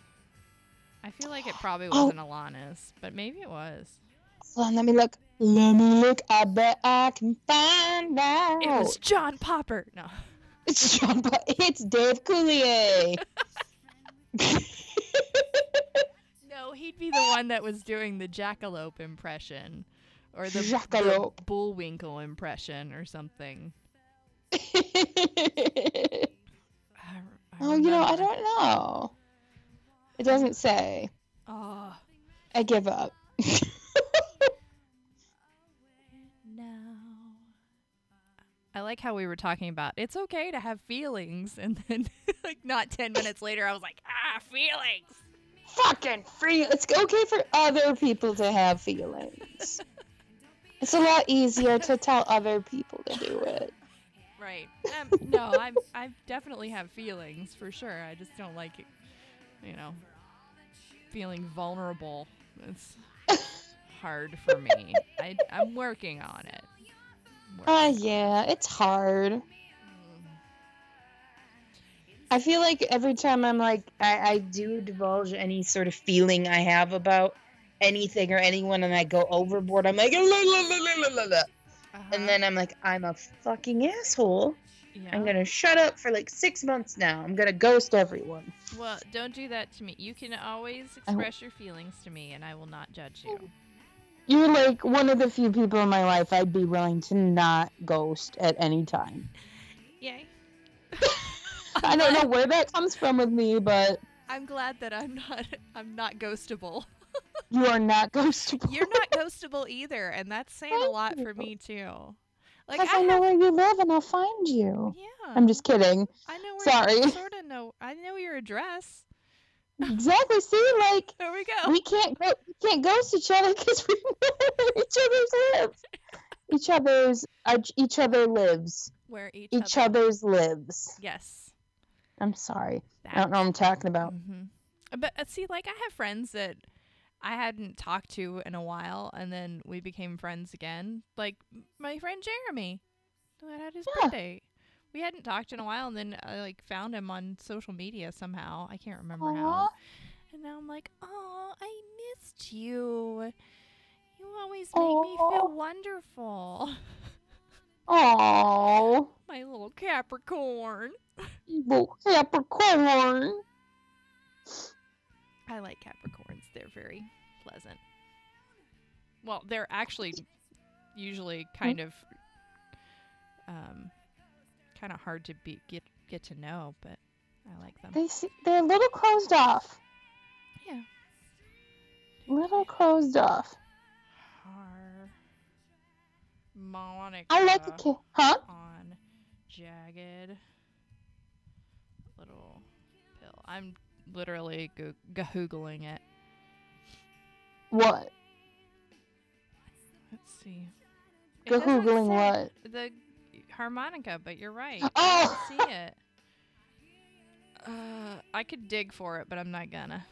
S1: I feel like it probably
S2: Oh.
S1: wasn't Alanis, but maybe it was.
S2: Hold on, let me look. Let me look. I bet I can find out.
S1: It
S2: [laughs]
S1: was John Popper. No. [laughs]
S2: It's John. Bo- It's Dave Coulier.
S1: [laughs] he'd be the one that was doing the jackalope impression or the, the
S2: Jackalope.
S1: bullwinkle impression or something. I, r- I
S2: [laughs] oh, you know, I
S1: remember.
S2: don't know. It doesn't say.
S1: Oh,
S2: I give up.
S1: no. I like how we were talking about it's okay to have feelings, and then [laughs] like not ten minutes later, I was like, ah, feelings.
S2: Fucking free. It's okay for other people to have feelings. it's a lot easier to tell other people to do it.
S1: Right. Um, [laughs] no, I I definitely have feelings for sure. I just don't like, you know, feeling vulnerable. [laughs] It's hard for me. I I'm working on it.
S2: Uh, yeah, it's hard. I feel like every time I'm like, I, I do divulge any sort of feeling I have about anything or anyone, and I go overboard. I'm like, [laughs] "La, la, la, la, la, la, la," and then I'm like, I'm a fucking asshole.
S1: Uh-huh. yeah.
S2: I'm gonna shut up for like six months now. I'm gonna ghost everyone.
S1: Well, don't do that to me. You can always
S2: won't.
S1: express your feelings to me, and I will not judge you.
S2: You're like one of the few people in my life I'd be willing to not ghost at any time.
S1: Yay.
S2: I don't know where that comes from with me, but
S1: I'm glad that I'm not [laughs] I'm not ghostable.
S2: you are not [laughs] ghostable.
S1: You're [laughs] not ghostable either, and that's saying a
S2: Thank
S1: lot for
S2: you. [laughs]
S1: me too. Like I,
S2: Because I know
S1: have,
S2: where you live and I'll find you.
S1: yeah.
S2: I'm just kidding.
S1: I know where
S2: Sorry.
S1: sort of know I know your address.
S2: Exactly. See,
S1: [laughs]
S2: like
S1: There we go.
S2: we can't go, we can't ghost each other [laughs] because we know where each other's lives. Each other's uh, each other lives.
S1: Where each,
S2: Each
S1: other.
S2: other's lives.
S1: Yes.
S2: I'm sorry.
S1: That.
S2: I don't know what I'm talking about.
S1: Mm-hmm. But uh, see, like I have friends that I hadn't talked to in a while, and then we became friends again. Like m- my friend Jeremy, who had his
S2: Yeah.
S1: birthday. We hadn't talked in a while, and then I like found him on social media somehow. I can't remember how.
S2: Aw.
S1: And now I'm like, oh, I missed you. You always make me
S2: Aw.
S1: feel wonderful,
S2: Oh,
S1: my little Capricorn.
S2: evil Capricorn.
S1: I like Capricorns. They're very pleasant. Well, they're actually usually kind of um kind of hard to be get get to know, but I like them.
S2: They se- they're a little closed off.
S1: Yeah.
S2: Little closed off.
S1: Harmonica
S2: I like the
S1: Uh-huh.
S2: kid. Huh?
S1: on jagged little pill. I'm literally goo- googling it.
S2: What?
S1: Let's see. It
S2: Go
S1: doesn't
S2: googling
S1: say-
S2: what?
S1: the harmonica, but you're right.
S2: Oh.
S1: I don't see it. Uh, I could dig for it, but I'm not gonna.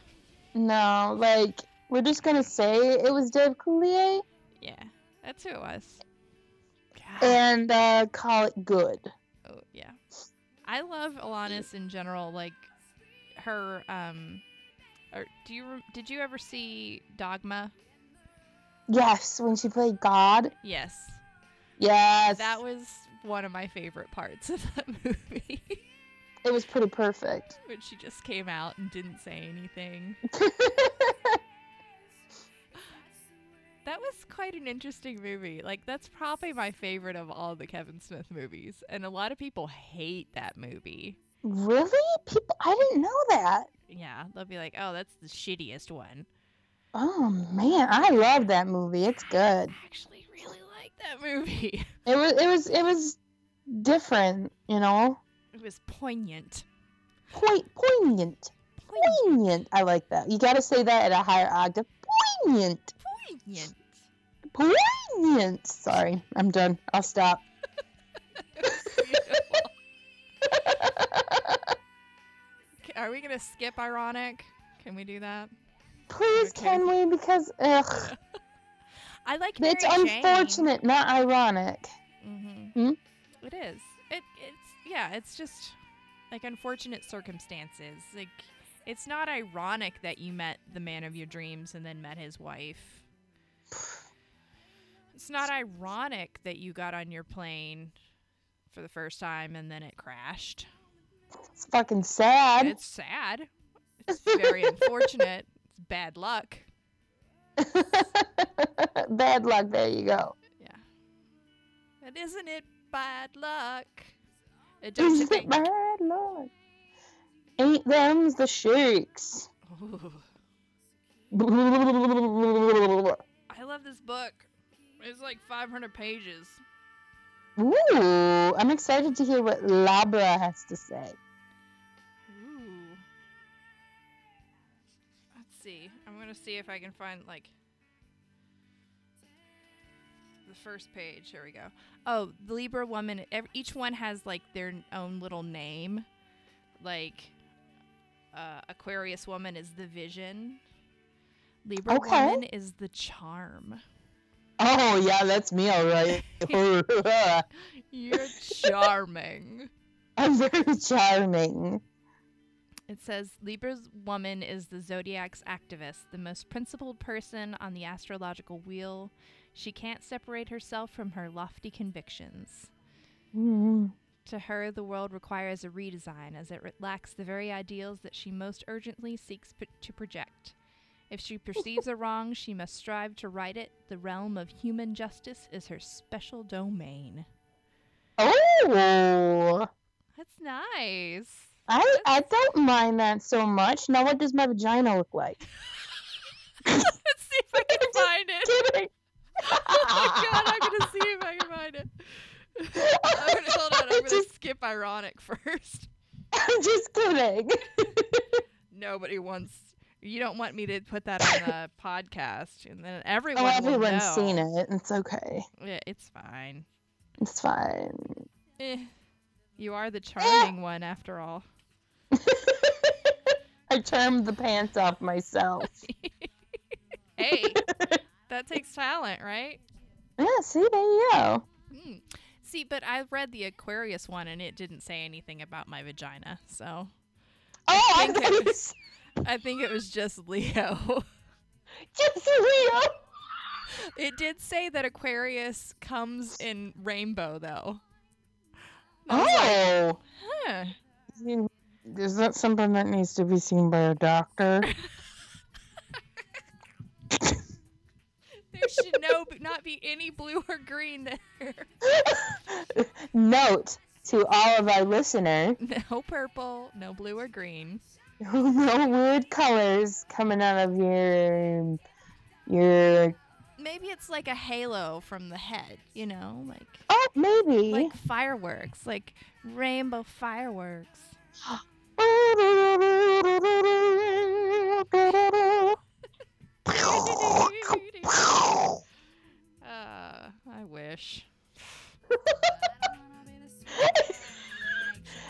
S2: No, like we're just gonna say it was Dave Coulier
S1: Yeah, that's who it was. God.
S2: and uh, call it good.
S1: Oh, yeah. I love Alanis in general. Like her. Um, or do you rem- did you ever see Dogma?
S2: Yes, when she played God.
S1: Yes,
S2: Yes,
S1: that was one of my favorite parts [laughs] of that movie [laughs]
S2: it was pretty perfect. [laughs]
S1: when she just came out and didn't say anything. [sighs] That was quite an interesting movie. Like that's probably my favorite of all the Kevin Smith movies, and a lot of people hate that movie.
S2: really? People, I didn't know that.
S1: Yeah, they'll be like, "Oh, that's the shittiest one."
S2: Oh man, I love that movie. It's
S1: I
S2: good.
S1: actually really like that movie. [laughs]
S2: It was it was it was different, you know.
S1: It was poignant.
S2: Point poignant.
S1: Poignant.
S2: Poignant. I like that. You gotta say that at a higher octave. Poignant.
S1: Poignant. [laughs]
S2: Poignant. Sorry, I'm done. I'll stop.
S1: Beautiful. K- Are we gonna skip ironic? Can we do that?
S2: Please
S1: Okay.
S2: can we because ugh
S1: I like.
S2: it's
S1: Mary Jane.
S2: unfortunate, not ironic.
S1: Mm-hmm.
S2: Hmm?
S1: It is. It it's yeah. It's just like unfortunate circumstances. Like it's not ironic that you met the man of your dreams and then met his wife. It's not ironic that you got on your plane for the first time and then it crashed.
S2: It's fucking sad.
S1: It's sad. It's very unfortunate. It's bad luck.
S2: [laughs] Bad luck. There you go.
S1: Yeah. And isn't it bad luck? It does
S2: [laughs] Is it bad luck? Ain't them's the shakes. Ooh.
S1: I love this book. It's like 500 pages.
S2: I'm excited to hear what Labra has to say.
S1: Ooh. Let's see. I'm gonna see if I can find like the first page. Here we go. Oh, the Libra woman. ev- Each one has like their own little name. Like uh, Aquarius woman is the vision. Libra
S2: Okay.
S1: woman is the charm.
S2: Oh yeah, that's me
S1: [laughs]
S2: all right. [laughs]
S1: You're charming.
S2: I'm very
S1: [laughs]
S2: charming.
S1: It says Libra's woman is the zodiac's activist, the most principled person on the astrological wheel. She can't separate herself from her lofty convictions.
S2: Mm.
S1: To her, the world requires a redesign as it re- lacks the very ideals that she most urgently seeks p- to project. If she perceives a wrong, she must strive to right it. The realm of human justice is her special domain.
S2: Oh,
S1: That's nice. [laughs]
S2: I I don't mind that so much. Now, what does my vagina look
S1: [laughs]
S2: like?
S1: Let's see if I can find it.
S2: [laughs] Kidding.
S1: oh my god, I'm gonna see if I can find it. I'm
S2: [laughs]
S1: gonna, hold on, I'm gonna
S2: Just-
S1: skip ironic [laughs] first.
S2: I'm
S1: [laughs]
S2: just kidding.
S1: Nobody wants. You don't want me to put that on
S2: [laughs]
S1: the podcast, and then everyone.
S2: Oh,
S1: will
S2: everyone's
S1: know.
S2: seen it. It's okay.
S1: Yeah, it's fine.
S2: It's fine.
S1: [laughs] Eh, you are
S2: Eh.
S1: the charming one after all.
S2: I charmed the pants
S1: [laughs]
S2: off myself.
S1: Hey,
S2: [laughs]
S1: that takes talent, right?
S2: yeah, see, there you go.
S1: Hmm. See, but I read the Aquarius one, and it didn't say anything about my vagina, so
S2: Oh, I
S1: think
S2: thought
S1: it
S2: it [laughs] was
S1: I think it was
S2: [gasps]
S1: just Leo. [laughs]
S2: just Leo.
S1: It did say that Aquarius comes in rainbow, though. I was like,
S2: Oh.
S1: huh.
S2: You- Mm-hmm. Is that something that needs to be seen by a doctor? [laughs]
S1: There should no not be any blue or green there.
S2: Note to all of our listeners
S1: [laughs]
S2: [laughs]
S1: No purple, no blue or green.
S2: no weird colors coming out of your. your.
S1: Maybe it's like a halo from the head, you know, like
S2: Oh, maybe. [laughs]
S1: like fireworks, like rainbow [laughs] fireworks.
S2: It's
S1: Uh, I wish.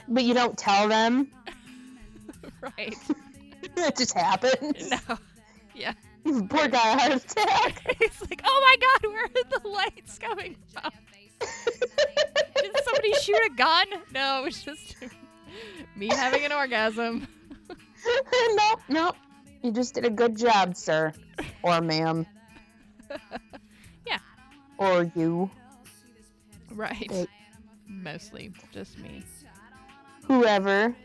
S2: But you don't tell them.
S1: [laughs]
S2: [laughs]
S1: Right.
S2: It just happens.
S1: [laughs] No. Yeah.
S2: [laughs] Poor guy had a attack.
S1: [laughs] It's like, oh my god, where are the lights coming from? [laughs] Did somebody shoot a gun? No, it was just me having an orgasm. [laughs]
S2: [laughs] nope, nope. You just did a good job, sir. Or ma'am.
S1: Yeah.
S2: Or you.
S1: Right.
S2: Like-
S1: Mostly just me.
S2: Whoever.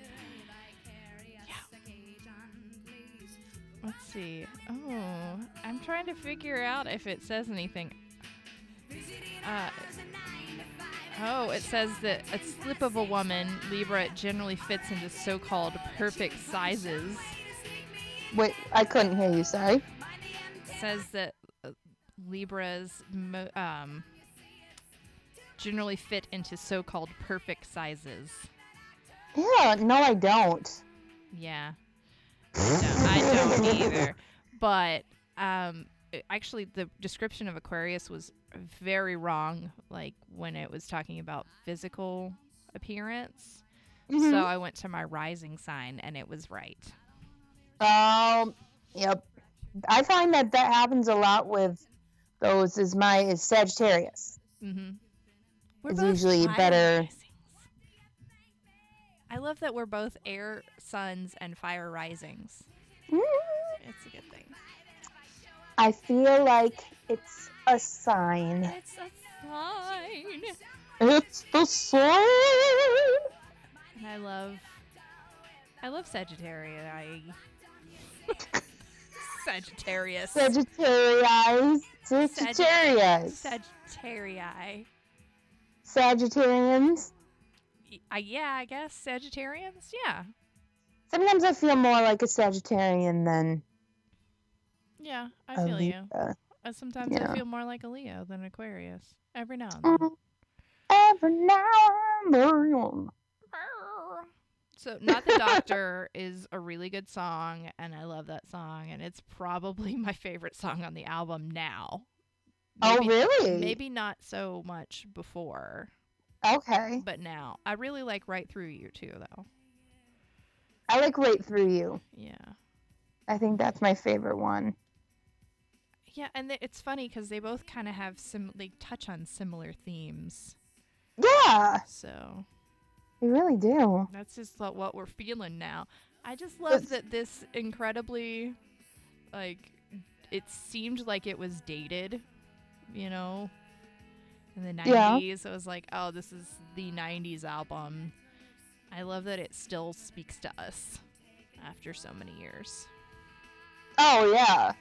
S1: Let's see. Oh, I'm trying to figure out if it says anything. Uh, oh, it says that a slip of a woman, Libra, generally fits into so called perfect sizes.
S2: Wait, I couldn't hear you, sorry.
S1: says that uh, Libras mo- um, generally fit into so called perfect sizes.
S2: Yeah, no, I don't.
S1: Yeah. No, I
S2: [laughs]
S1: don't either. But um, it- actually, the description of Aquarius was very wrong, like when it was talking about physical appearance. So
S2: Mhm.
S1: I went to my rising sign and it was right.
S2: Um, yep. I find that that happens a lot with those. Is my is Sagittarius.
S1: Mm-hmm.
S2: It's usually better-
S1: I love that we're both air suns and fire risings.
S2: Mm,
S1: It's a good thing.
S2: I feel like it's a sign.
S1: It's a sign.
S2: It's the sign.
S1: And I love, I love Sagittarius. [laughs] Sagittarius.
S2: Sagittarius. Sagittarius.
S1: Sagittarii.
S2: Sagittarians.
S1: Y- I, yeah, I guess Sagittarians. Yeah.
S2: Sometimes I feel more like a Sagittarian than
S1: Yeah, I
S2: a
S1: feel you.
S2: Libra.
S1: Uh, Sometimes I
S2: Yeah.
S1: feel more like a Leo than Aquarius. Every now and then.
S2: Mm. Every now and then. Oh,
S1: So, Not the Doctor is a really good song, and I love that song, and it's probably [laughs] my favorite song on the album now.
S2: Oh,
S1: Maybe-
S2: really?
S1: Maybe not so much before,
S2: Okay.
S1: but now. I really like Right Through You too, though.
S2: I like Right Through You.
S1: Yeah.
S2: I think that's my favorite one.
S1: Yeah, and th- it's funny because they both kind of have sim, they touch on similar themes.
S2: Yeah,
S1: So
S2: they really do.
S1: that's just lo- what we're feeling now. I just love that this incredibly, like, it seemed like it was dated, you know, in the
S2: Yeah.
S1: 90s. I was like, oh, this is the 90s album. I love that it still speaks to us after so many years.
S2: Oh yeah.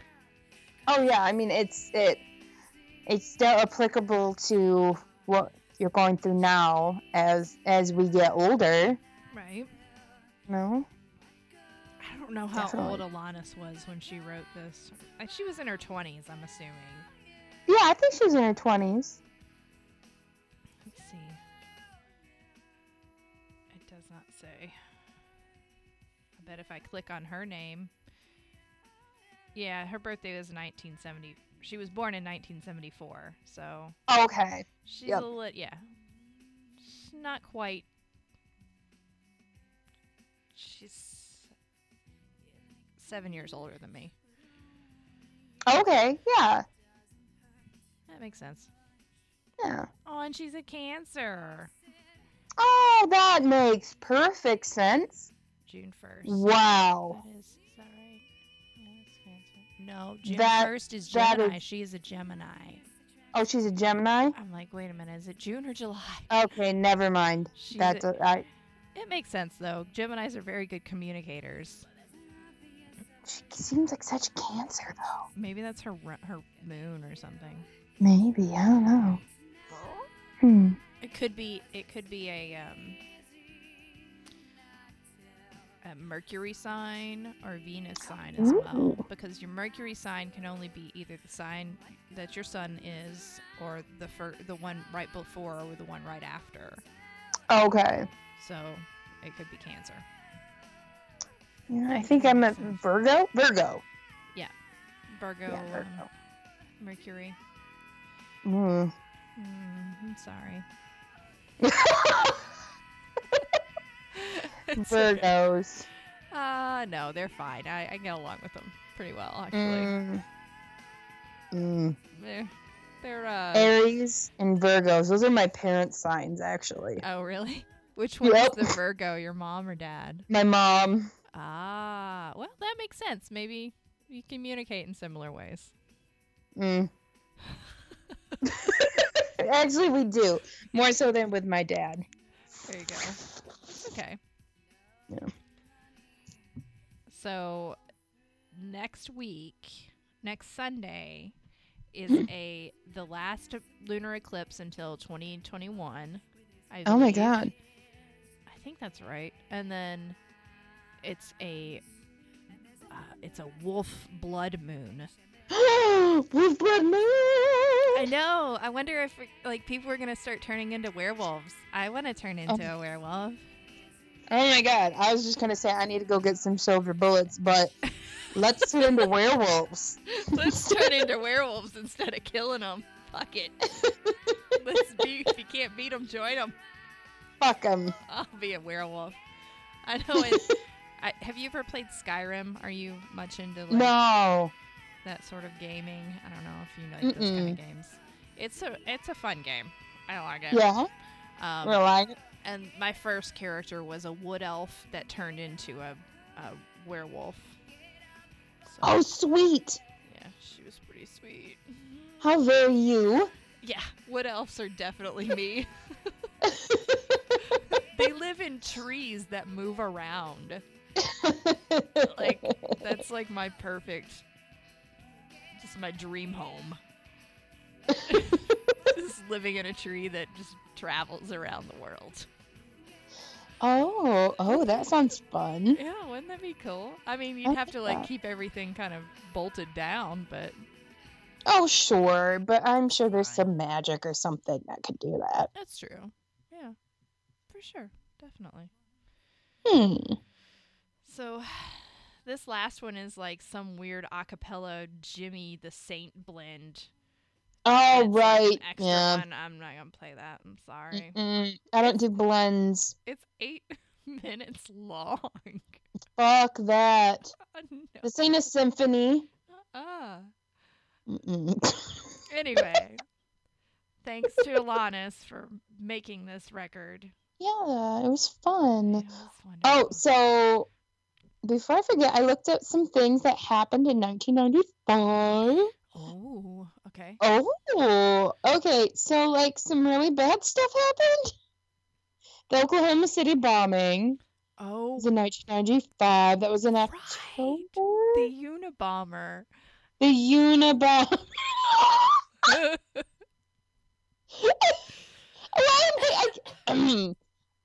S2: Oh yeah. I mean, it's it. It's still applicable to what you're going through now as as we get older.
S1: Right.
S2: No.
S1: I don't know how
S2: Definitely.
S1: old Alanis was when she wrote this. Uh, She was in her 20s, I'm assuming.
S2: Yeah, I think she's in her twenties.
S1: Let's see. It does not say. I bet if I click on her name. Yeah, her birthday was 1970. She was born in 1974, so
S2: Okay.
S1: she's
S2: Yep.
S1: a lit. Yeah, she's not quite. She's seven years older than me.
S2: Okay. Yeah.
S1: That makes sense.
S2: Yeah.
S1: Oh, and she's a Cancer.
S2: Oh, that makes perfect sense.
S1: June 1st.
S2: Wow.
S1: That is, is that right? Yeah, that's Cancer. No, June
S2: That-
S1: 1st is
S2: that
S1: Gemini.
S2: is-
S1: She is a Gemini.
S2: Oh, she's a Gemini.
S1: I'm like, wait a minute, is it June or July?
S2: Okay, never mind.
S1: She's
S2: That's
S1: a-
S2: a, I.
S1: it makes sense, though. Geminis are very good communicators.
S2: She seems like such a Cancer though.
S1: Maybe that's her ru- her moon or something.
S2: Maybe I don't know. Hmm.
S1: It could be it could be a um a Mercury sign or Venus sign as well
S2: Ooh.
S1: because your Mercury sign can only be either the sign that your sun is or the fir- the one right before or the one right after.
S2: Okay.
S1: So it could be Cancer.
S2: Yeah, I think I'm a Virgo. Virgo.
S1: Virgo,
S2: yeah,
S1: um,
S2: Virgo.
S1: Mercury.
S2: Mm.
S1: Mm, I'm
S2: [laughs]
S1: sorry. It's [laughs] okay.
S2: Virgos.
S1: Uh, no, they're fine. I, I get along with them pretty well, actually.
S2: Mm. Mm.
S1: They're, they're uh,
S2: Oh. Aries and Virgos. Those are my parents' signs, actually.
S1: Oh, really? [laughs] Which one
S2: Yep.
S1: is the Virgo, your mom or dad?
S2: My mom.
S1: Ah, well, that makes sense. Maybe you communicate in similar ways.
S2: Mm. [laughs] actually, we do more so than with my dad.
S1: There you go. It's okay.
S2: Yeah.
S1: So, next week, next Sunday, is
S2: Hmm.
S1: a the last lunar eclipse until 2021. I
S2: Oh my
S1: believe.
S2: [gasps] god.
S1: I think that's right. And then it's a uh, it's a wolf blood moon.
S2: Wolf blood
S1: I
S2: moon.
S1: know. I wonder if like people are gonna start turning into werewolves. I want to turn into a werewolf.
S2: Oh my god. I was just gonna say I need to go get some silver bullets, [laughs] but let's turn into werewolves.
S1: [laughs] Let's turn into werewolves instead of killing them. Fuck [laughs] it. Let's be. If you can't beat them, join them.
S2: Fuck them.
S1: I'll be a werewolf. I know [laughs] it. I, have you ever played Skyrim? Are you much into like
S2: No.
S1: that sort of gaming? I don't know if you like those kind of games. It's a it's a fun game. I like it.
S2: Yeah.
S1: Um,
S2: We're like,
S1: and my first character was a wood elf that turned into a, a werewolf. So,
S2: oh, sweet.
S1: yeah, she was pretty sweet.
S2: How dare [laughs] you?
S1: Yeah, wood elves are definitely
S2: [laughs]
S1: me. they live in trees that [laughs] move around. Like that's like my perfect Just my dream [laughs] home. just living in a tree that just travels around the world.
S2: [laughs] Oh, oh, that sounds fun.
S1: Yeah, wouldn't that be cool? I mean,
S2: I
S1: you'd have
S2: like
S1: to like
S2: that.
S1: keep everything kind of bolted down, but
S2: Oh, sure, but I'm sure there's
S1: Fine.
S2: some magic or something that could do that.
S1: that's true. Yeah, for sure. Definitely.
S2: Hmm.
S1: So this last one is like some weird a cappella Jimmy the Saint blend.
S2: Oh,
S1: It's, like, an
S2: right.
S1: extra
S2: Yeah.
S1: one. I'm not going to play that. I'm sorry.
S2: Mm-mm. I don't do blends.
S1: It's eight [laughs] minutes long. [laughs]
S2: Fuck that.
S1: no.
S2: This ain't a symphony.
S1: Uh.
S2: Mm-mm. [laughs]
S1: Anyway, thanks to Alanis for making this
S2: [laughs]
S1: record.
S2: yeah, it was
S1: It
S2: fun.
S1: was
S2: Oh,
S1: wonderful.
S2: so before I forget, I looked up some things that happened in 1995.
S1: Oh, okay.
S2: Oh, okay. So, like, some really bad stuff happened. The Oklahoma City bombing
S1: Oh,
S2: was in 1995. That was in
S1: Right.
S2: October.
S1: the Unabomber. [laughs]
S2: The Unabomber. [laughs] I [clears throat] am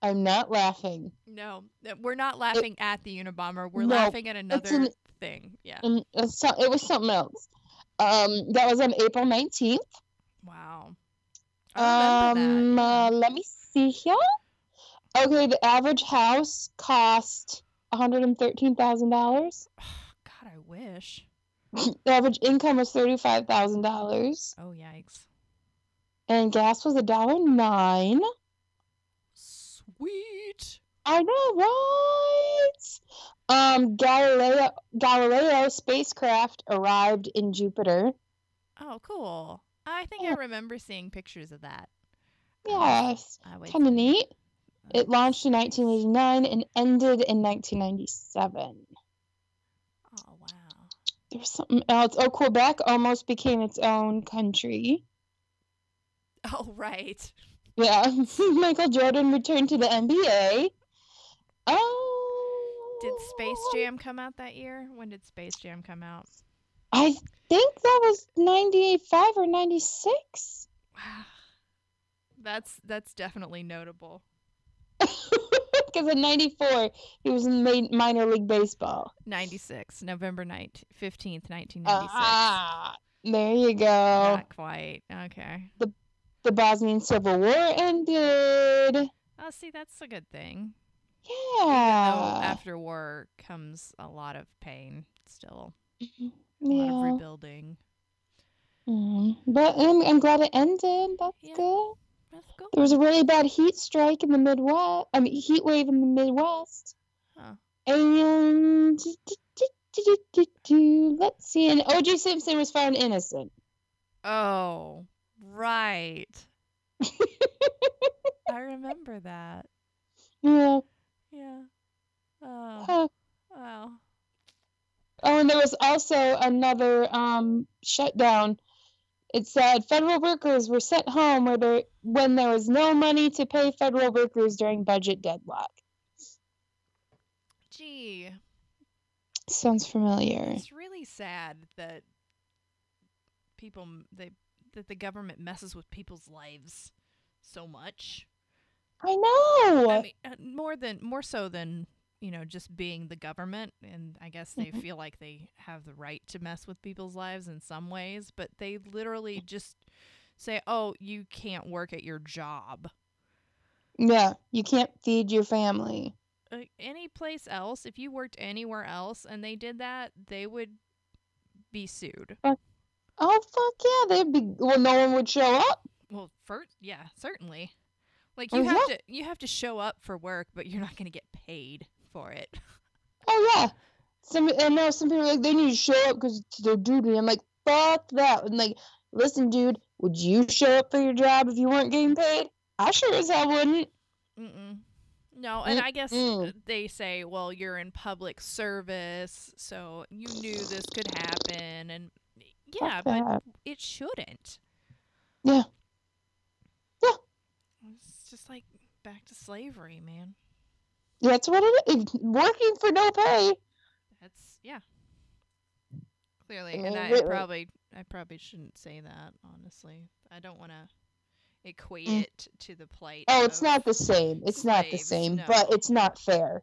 S2: I'm not laughing.
S1: no, th- we're not laughing at the Unabomber. We're
S2: No,
S1: laughing at another
S2: an-
S1: thing. Yeah.
S2: Um, it's so- It was something else. Um, that was on April 19th.
S1: Wow. I remember
S2: Um,
S1: that. yeah.
S2: uh, let me see here. Okay, the average house cost $113,000.
S1: [sighs] God, I wish.
S2: The average income was $35,000.
S1: Oh, yikes.
S2: And gas was a dollar nine.
S1: Sweet.
S2: I know, right? Um, Galileo Galileo spacecraft arrived in Jupiter.
S1: Oh, cool. I think
S2: Yeah.
S1: I remember seeing pictures of that.
S2: Yes,
S1: I was
S2: kind of neat. It
S1: Uh,
S2: launched in 1989 and ended in 1997.
S1: Oh wow. [laughs]
S2: There's something else. Oh, Quebec almost became its own country.
S1: Oh right.
S2: Yeah, [laughs] Michael Jordan returned to the NBA. Oh,
S1: Did Space Jam come out that year? When did Space Jam come out? [sighs]
S2: I think that was 95 or 96.
S1: Wow. That's that's definitely notable.
S2: [laughs] Because in 94, he was in ma- minor league baseball.
S1: 96, November 9th, 15th, 1996.
S2: Ah, there you go.
S1: Not quite. Okay.
S2: The Bosnian Civil War ended.
S1: Oh, see, that's a good thing.
S2: Uh.
S1: Though
S2: Yeah.
S1: after war comes a lot of pain still. A lot of
S2: Yeah.
S1: rebuilding.
S2: Mm. But I'm, I'm glad it ended. That's
S1: Yeah.
S2: good.
S1: That's cool.
S2: There was a really bad heat strike in the Midwest. I mean, heat wave in the Midwest.
S1: Huh.
S2: And let's see. And O.J. Simpson was found innocent.
S1: Oh, right. I remember that.
S2: Yeah.
S1: Yeah. Oh.
S2: Uh,
S1: Wow.
S2: Oh, and there was also another um, shutdown. It said federal workers were sent home where there, when there was no money to pay federal workers during budget deadlock.
S1: Gee,
S2: Sounds familiar.
S1: it's really sad that people m- they that the government messes with people's lives so much.
S2: I know.
S1: I mean, uh, more than more so than you know just being the government, and I guess they
S2: Mhm.
S1: feel like they have the right to mess with people's lives in some ways, but they literally just say, "Oh, you can't work at your job."
S2: yeah, you can't feed your family.
S1: uh, any place else, if you worked anywhere else and they did that, they would be sued.
S2: Oh fuck yeah, they'd be. Well, no one would show up.
S1: Well, first, yeah, certainly. Like you
S2: Oh,
S1: have to you have to show up for work, but you're not going to get paid for it.
S2: Oh yeah. Some I know some people are like they need to show up because it's their duty. I'm like fuck that. And like, listen, dude, would you show up for your job if you weren't getting paid? I sure as hell wouldn't.
S1: Mm-mm. No, and I guess
S2: Mm-mm.
S1: they say, well, you're in public service, so you knew this could happen, and yeah,
S2: Fuck
S1: but
S2: that.
S1: it shouldn't.
S2: Yeah. Yeah.
S1: It's just like back to slavery, man.
S2: That's what it is. Working for no pay.
S1: That's yeah. Clearly,
S2: I
S1: and
S2: mean,
S1: I
S2: literally.
S1: probably I probably shouldn't say that, honestly. I don't want to equate
S2: Mm.
S1: it to the plight.
S2: Oh, it's
S1: of-
S2: not the same. It's not the
S1: slaves,
S2: same,
S1: no.
S2: but it's not fair.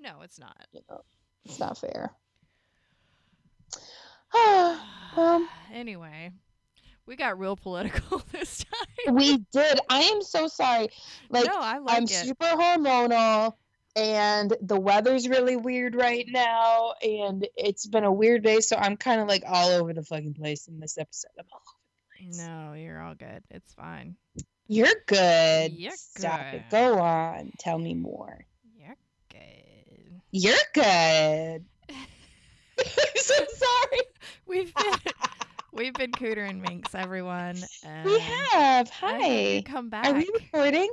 S1: No, it's not.
S2: You know, it's not fair. [sighs] [sighs] Um.
S1: [sighs] anyway, we got real political [laughs] this time.
S2: we did. I am
S1: [sighs]
S2: so sorry. Like
S1: no, I like
S2: I'm
S1: it.
S2: super hormonal and the weather's really weird right now and it's been a weird day so I'm kind of like all over the fucking place in this episode. I'm all
S1: no, you're all good. It's fine.
S2: You're good.
S1: You're
S2: Stop it.
S1: good.
S2: Go on. Tell me more.
S1: You're good.
S2: You're good. [laughs] I'm so sorry.
S1: [laughs] We've been [laughs] we've been Cooter and Minx, everyone.
S2: We
S1: and
S2: have.
S1: Um, I hope you
S2: Hi.
S1: Come back.
S2: Are we recording?